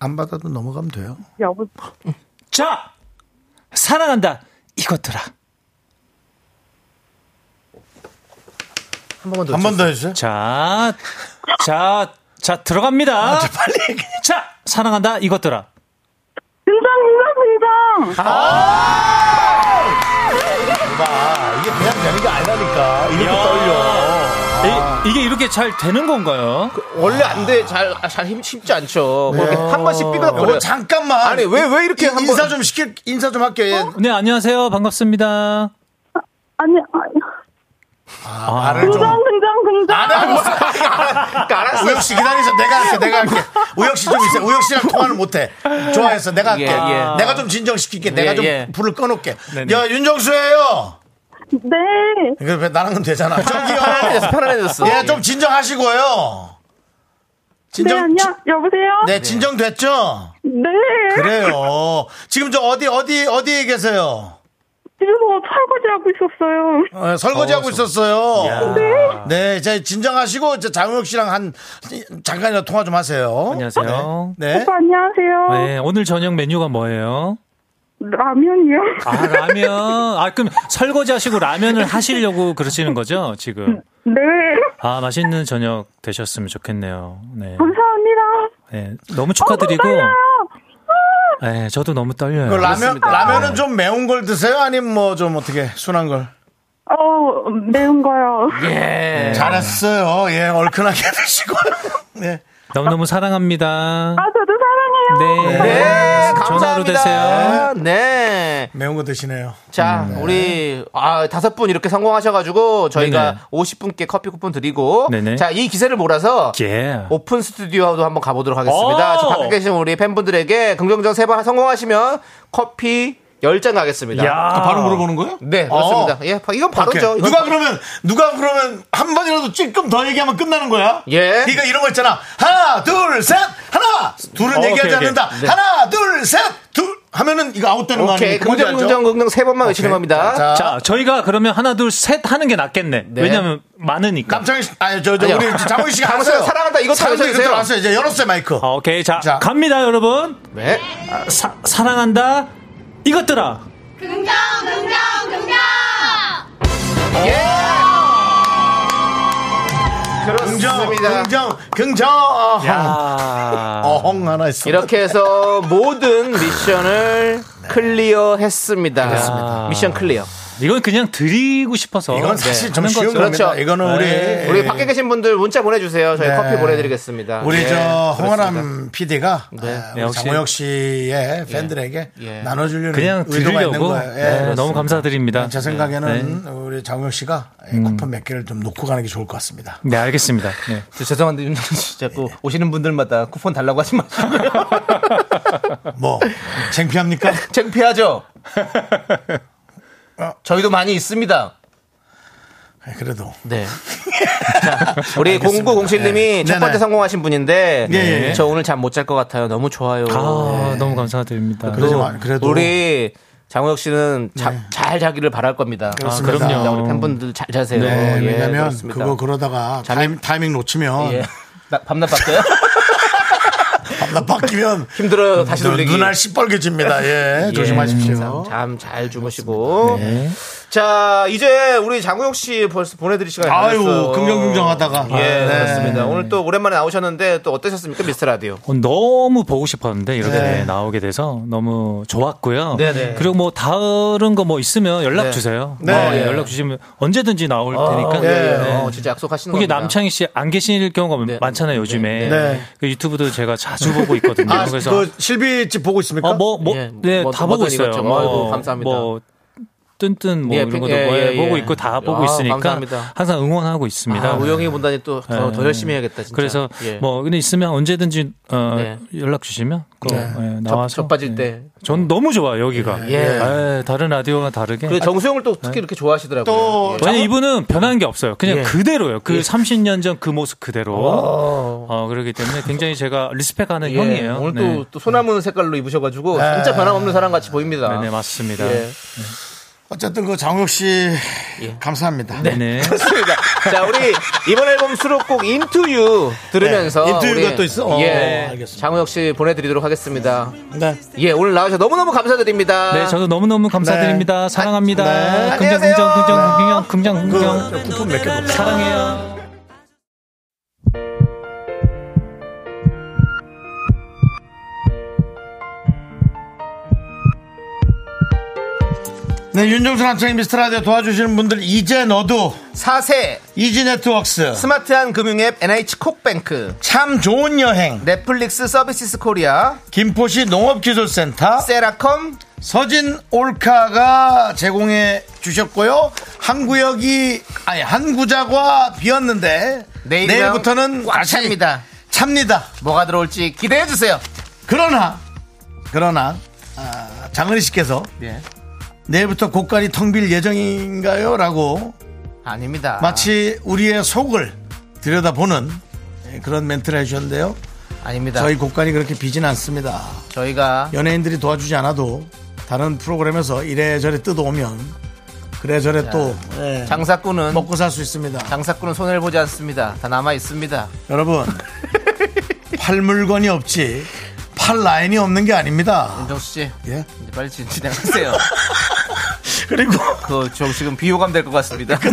A: 안 받아도 넘어가면 돼요.
C: 여보,
I: 자, 사랑한다 이것들아.
B: 한 번만 더.
A: 한 번 더 해주세요.
I: 자, 자, 자 들어갑니다. 자, 사랑한다 이것들아.
C: 긍정, 긍정, 긍정.
A: 봐. 이게 그냥 되는 게 아니라니까. 이렇게
I: 야.
A: 떨려.
I: 이, 게 이렇게 잘 되는 건가요?
B: 원래 안 돼. 잘, 아, 잘 힘, 쉽지 않죠. 그렇게
A: 네.
B: 한 번씩
A: 여보,
B: 삐그덕거려요.
A: 어, 잠깐만.
B: 아니, 왜, 왜 이렇게
A: 이-
B: 한 번. 어?
A: 인사 좀 시킬, 인사 좀 할게요. 예.
I: 네, 안녕하세요. 반갑습니다.
C: 아니, 아니.
A: 아, 말을 좀.
C: 긍정, 긍정, 긍정.
A: 안 하고
B: 그러니까 알았어.
A: 아, 우혁 씨 기다리세요. 내가 할게. 내가 할게. 우혁 씨 좀 있어요. 우혁 씨랑 통화를 못 해. 좋아해서 내가 할게.
B: 예, 예.
A: 내가 좀 진정시킬게. 내가
B: 예,
A: 좀
B: 예.
A: 불을 꺼놓게.
I: 네네.
A: 야, 윤정수예요.
C: 네.
A: 이거 왜 나랑은 되잖아. 저기요.
B: 편안해졌어, 편안해졌어.
A: 예, 좀 진정하시고요.
C: 네,
A: 진정.
C: 안녕. 여보세요?
A: 네, 진정됐죠?
C: 네.
A: 그래요. 지금 저 어디 어디 어디에 계세요?
C: 집에서 뭐 설거지하고 있었어요.
A: 어, 설거지하고 있었어요.
C: 네.
A: 네, 제 진정하시고 이제 장우혁 씨랑 한 잠깐이라도 통화 좀 하세요.
I: 안녕하세요.
A: 네.
C: 오빠, 안녕하세요.
I: 네, 오늘 저녁 메뉴가 뭐예요?
C: 라면이요?
I: 아, 라면. 아, 그럼 설거지 하시고 라면을 하시려고 그러시는 거죠, 지금?
C: 네.
I: 아, 맛있는 저녁 되셨으면 좋겠네요. 네.
C: 감사합니다.
I: 네, 너무 축하드리고. 네, 저도 너무 떨려요.
A: 그 라면 라면은 좀 매운 걸 드세요? 아니면 뭐 좀 어떻게 순한 걸?
C: 어, 매운 거요.
B: 예.
A: 잘했어요. 예, 얼큰하게 드시고. 네.
I: 너무너무 사랑합니다.
C: 아, 저도 사랑해요.
I: 네.
B: 네,
I: 전화로 되세요.
B: 감사합니다. 네.
A: 매운 거 드시네요.
B: 자, 우리, 아, 다섯 분 이렇게 성공하셔가지고, 저희가
I: 네네.
B: 50분께 커피 쿠폰 드리고,
I: 네네.
B: 자, 이 기세를 몰아서,
I: 예.
B: 오픈 스튜디오도 한번 가보도록 하겠습니다.
I: 오!
B: 지금 밖에 계신 우리 팬분들에게 긍정적 세번 성공하시면 커피 10장 가겠습니다.
A: 야. 아, 바로 물어보는 거예요?
B: 네, 그렇습니다. 예, 바- 이건 바로죠.
A: 오케이.
B: 이건
A: 누가
B: 바-
A: 그러면 누가 그러면 한 번이라도 조금 더 얘기하면 끝나는 거야?
B: 예.
A: 그러니까 이런 거 있잖아. 하나, 둘, 셋, 하나. 둘은
I: 어,
A: 얘기하지
I: 오케이, 오케이.
A: 않는다. 하나, 둘, 셋, 둘 하면은 이거 아웃되는 거
B: 네. 오케이.
A: 아니에요? 네.
B: 긍정, 긍정, 긍정 세 번만 외치는 겁니다.
A: 자,
I: 자, 저희가 그러면 하나, 둘, 셋 하는 게 낫겠네. 왜냐면 많으니까.
A: 남창희 씨, 아니 저저
B: 아니요.
A: 우리 장훈 씨가
B: 장훈 씨가
A: 알았어요.
B: 사랑한다 이것도
A: 사랑한다
B: 외쳐주세요.
A: 이것도 알았어요. 이제 열었어요 마이크.
I: 아, 오케이. 자,
A: 자.
I: 갑니다, 여러분.
B: 네.
I: 아, 사, 사랑한다. 이것들아.
B: 예.
A: 긍정,
B: 그렇습니다.
A: 긍정, 긍정. 어헝.
I: 아.
A: 어헝 하나 했어.
B: 이렇게 해서 모든 미션을
A: 네.
B: 클리어 했습니다. 미션 클리어.
I: 이건 그냥 드리고 싶어서. 네,
A: 이건 사실 좀
I: 하는
A: 쉬운
I: 거죠.
A: 겁니다.
B: 그렇죠.
A: 이거는 우리
B: 우리 밖에 계신 분들 문자 보내주세요. 저희
A: 예. 네.
B: 커피 보내드리겠습니다.
A: 우리
B: 예,
A: 저
B: 그렇습니다.
A: 홍아람 PD가
I: 네, 역시.
A: 장호혁 씨의 팬들에게
B: 예.
A: 나눠주려는
I: 그냥
A: 의도가 있는
I: 드리려고.
A: 거예요. 예,
I: 네,
A: 그렇습니다.
I: 너무 감사드립니다. 네.
A: 제 생각에는 우리 장호혁 씨가 예, 쿠폰 몇 개를 좀 놓고 가는 게 좋을 것 같습니다.
I: 네, 알겠습니다. 네.
B: 저 죄송한데 윤정수 씨 자꾸 오시는 분들마다 쿠폰 달라고 하지 마시고요.
A: 뭐 창피합니까?
B: 창피하죠?
A: 어.
B: 저희도 많이 있습니다.
A: 예, 그래도
B: 네. 자, 우리
A: 알겠습니다.
B: 0907님이
A: 네.
B: 첫 번째
A: 네네.
B: 성공하신 분인데
A: 예, 예.
B: 저 오늘 잠 못 잘 것 같아요. 너무 좋아요. 네.
I: 아, 너무 감사드립니다.
A: 그러지 마. 그래도 네.
B: 우리 장호혁 씨는 자- 잘 자기를 바랄 겁니다.
A: 그렇습니다.
B: 그러니까
I: 그럼요.
B: 우리 팬분들 잘 자세요.
A: 네,
B: 예,
A: 왜냐면
B: 그렇습니다.
A: 그거 그러다가
B: 잠이-
A: 타임, 타이밍 놓치면
B: 예. 나- 밤낮 바뀌어요?
A: 나 바뀌면
B: 힘들어요. 다시 돌리기.
A: 눈알 시뻘개집니다. 예, 조심하십시오. 네.
B: 잠 잘 주무시고. 자, 이제 우리 장우혁 씨 벌써 보내드릴 시간이
A: 아유,
B: 됐어요.
A: 긍정긍정하다가.
B: 예,
A: 아, 네.
B: 그렇습니다. 오늘 또 오랜만에 나오셨는데 또 어떠셨습니까, 미스터 라디오?
I: 어, 너무 보고 싶었는데 이렇게
A: 네.
I: 나오게 돼서 너무 좋았고요.
B: 네네.
I: 그리고 뭐 다른 거 뭐 있으면 연락 주세요.
A: 네. 아,
I: 뭐 연락 주시면 언제든지 나올 테니까.
B: 예, 예.
I: 네.
B: 어, 진짜 약속하시는
I: 그게
B: 겁니다.
I: 남창희 씨 안 계실 경우가
B: 네.
I: 많잖아요 요즘에.
A: 네.
I: 그 유튜브도 제가 자주 보고 있거든요.
A: 아,
I: 그래서
A: 그 실비집 보고 있습니까?
I: 어, 뭐, 뭐,
B: 예,
I: 네,
B: 뭐,
I: 다
B: 뭐든
I: 보고 있어요.
B: 이것저것.
I: 뭐,
B: 아이고, 감사합니다.
I: 뭐, 뜬뜬 뭐
B: 예,
I: 이런 것도
B: 예,
I: 뭐
B: 예, 예.
I: 보고 있고 다 보고
B: 아,
I: 있으니까
B: 감사합니다.
I: 항상 응원하고 있습니다.
B: 아, 우영이 본다니 또 더
I: 예.
B: 열심히 해야겠다, 진짜.
I: 그래서
B: 예.
I: 뭐 근데 있으면 언제든지 어,
B: 네.
I: 연락 주시면 그,
A: 네.
I: 예, 나와서
B: 접- 접빠질
I: 예.
B: 때.
I: 전 너무 좋아요 여기가.
B: 예. 그렇죠.
I: 예, 다른 라디오와 다르게.
B: 그리고 정수영을 또
I: 네.
B: 특히 이렇게 좋아하시더라고요.
A: 또
B: 예.
I: 왜냐 이분은 변한 게 없어요. 그냥
B: 예.
I: 그대로예요. 그
B: 예.
I: 30년 전 그 모습 그대로. 어, 그렇기 때문에 굉장히 제가 리스펙하는 형이에요.
B: 예. 오늘
I: 네.
B: 또, 또 소나무 색깔로 입으셔가지고
A: 네.
B: 진짜 변함없는 사람 같이 보입니다.
I: 네, 네, 맞습니다.
B: 예.
A: 어쨌든 그 장혁 씨 감사합니다.
I: 네. 네.
B: 좋습니다. 자, 우리 이번 앨범 수록곡 Into You 들으면서
A: 네, Into You가
B: 우리,
A: 또 있어? 어,
B: 예,
A: 알겠습니다.
B: 장우혁 씨 보내드리도록 하겠습니다.
A: 네.
B: 예, 오늘 나와서 너무너무 감사드립니다.
I: 네, 저도 너무너무 감사드립니다. 사랑합니다.
A: 네.
I: 긍정,
B: 안녕히
I: 긍정,
B: 계세요. 네.
I: 긍정, 긍정,
A: 그
I: 긍정, 긍정.
A: 쿠폰 몇개 놓고
I: 사랑해요.
A: 네, 윤정수 남창희 미스터라디오 도와주시는 분들 이제 너도
B: 사세
A: 이지 네트웍스
B: 스마트한 금융앱 NH 콕뱅크
A: 참 좋은 여행
B: 넷플릭스 서비스 코리아
A: 김포시 농업기술센터
B: 세라컴
A: 서진 올카가 제공해 주셨고요. 한 구역이 아니 한 구자가 비었는데
B: 내일이랑
A: 내일부터는
B: 꽉
A: 다시
B: 찹니다.
A: 찹니다.
B: 뭐가 들어올지 기대해 주세요.
A: 그러나 그러나 아, 장은희 씨께서
B: 예.
A: 내일부터 고깔이 텅 빌 예정인가요?라고
B: 아닙니다.
A: 마치 우리의 속을 들여다보는 예, 그런 멘트를 해주셨는데요.
B: 아닙니다.
A: 저희 고깔이 그렇게 비진 않습니다.
B: 저희... 가
A: 연예인들이 도와주지 않아도 다른 프로그램에서 이래저래 뜯어오면 그래저래 또 예,
B: 장사꾼은
A: 먹고 살 수 있습니다.
B: 장사꾼은 손해를 보지 않습니다. 다 남아 있습니다.
A: 여러분 팔 물건이 없지 팔 라인이 없는 게 아닙니다.
B: 윤정수 씨
A: 예.
B: 이제 빨리 진- 진행하세요.
A: 그리고
B: 그 저 지금 비호감 될 것 같습니다.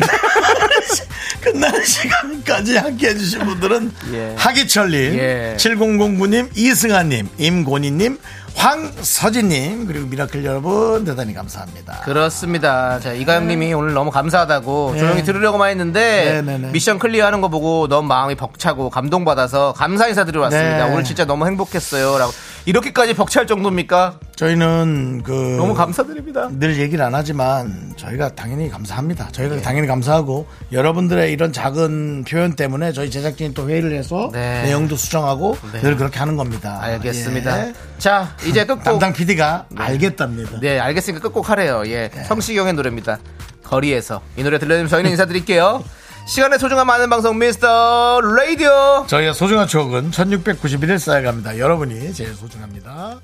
A: 끝나는 시간까지 함께 해주신 분들은
B: 예.
A: 하기철님,
B: 예.
A: 7009님, 이승아님, 임곤희님, 황서진님 그리고 미라클 여러분 대단히 감사합니다.
B: 그렇습니다. 자, 이가영님이 오늘 너무 감사하다고 조용히 들으려고만 했는데
A: 네, 네, 네.
B: 미션 클리어 하는 거 보고 너무 마음이 벅차고 감동받아서 감사 인사 드리러 왔습니다.
A: 네.
B: 오늘 진짜 너무 행복했어요. 라고 이렇게까지 벅찰 정도입니까?
A: 저희는 그
B: 너무 감사드립니다.
A: 늘 얘기를 안 하지만 저희가 당연히 감사합니다.
B: 네.
A: 저희가 당연히 감사하고 여러분들의 이런 작은 표현 때문에 저희 제작진이 또 회의를 해서
B: 네.
A: 내용도 수정하고
B: 네.
A: 늘 그렇게 하는 겁니다.
B: 알겠습니다.
A: 예.
B: 자, 이제 끝곡.
A: 담당 PD가 알겠답니다.
B: 네, 알겠으니까 끝곡 하래요. 예.
A: 네.
B: 성시경의 노래입니다. 거리에서. 이 노래 들려드리면 저희는 인사드릴게요. 시간의 소중함 많은 방송 미스터 라디오.
A: 저희의 소중한 추억은 1691일 쌓여갑니다. 여러분이 제일 소중합니다.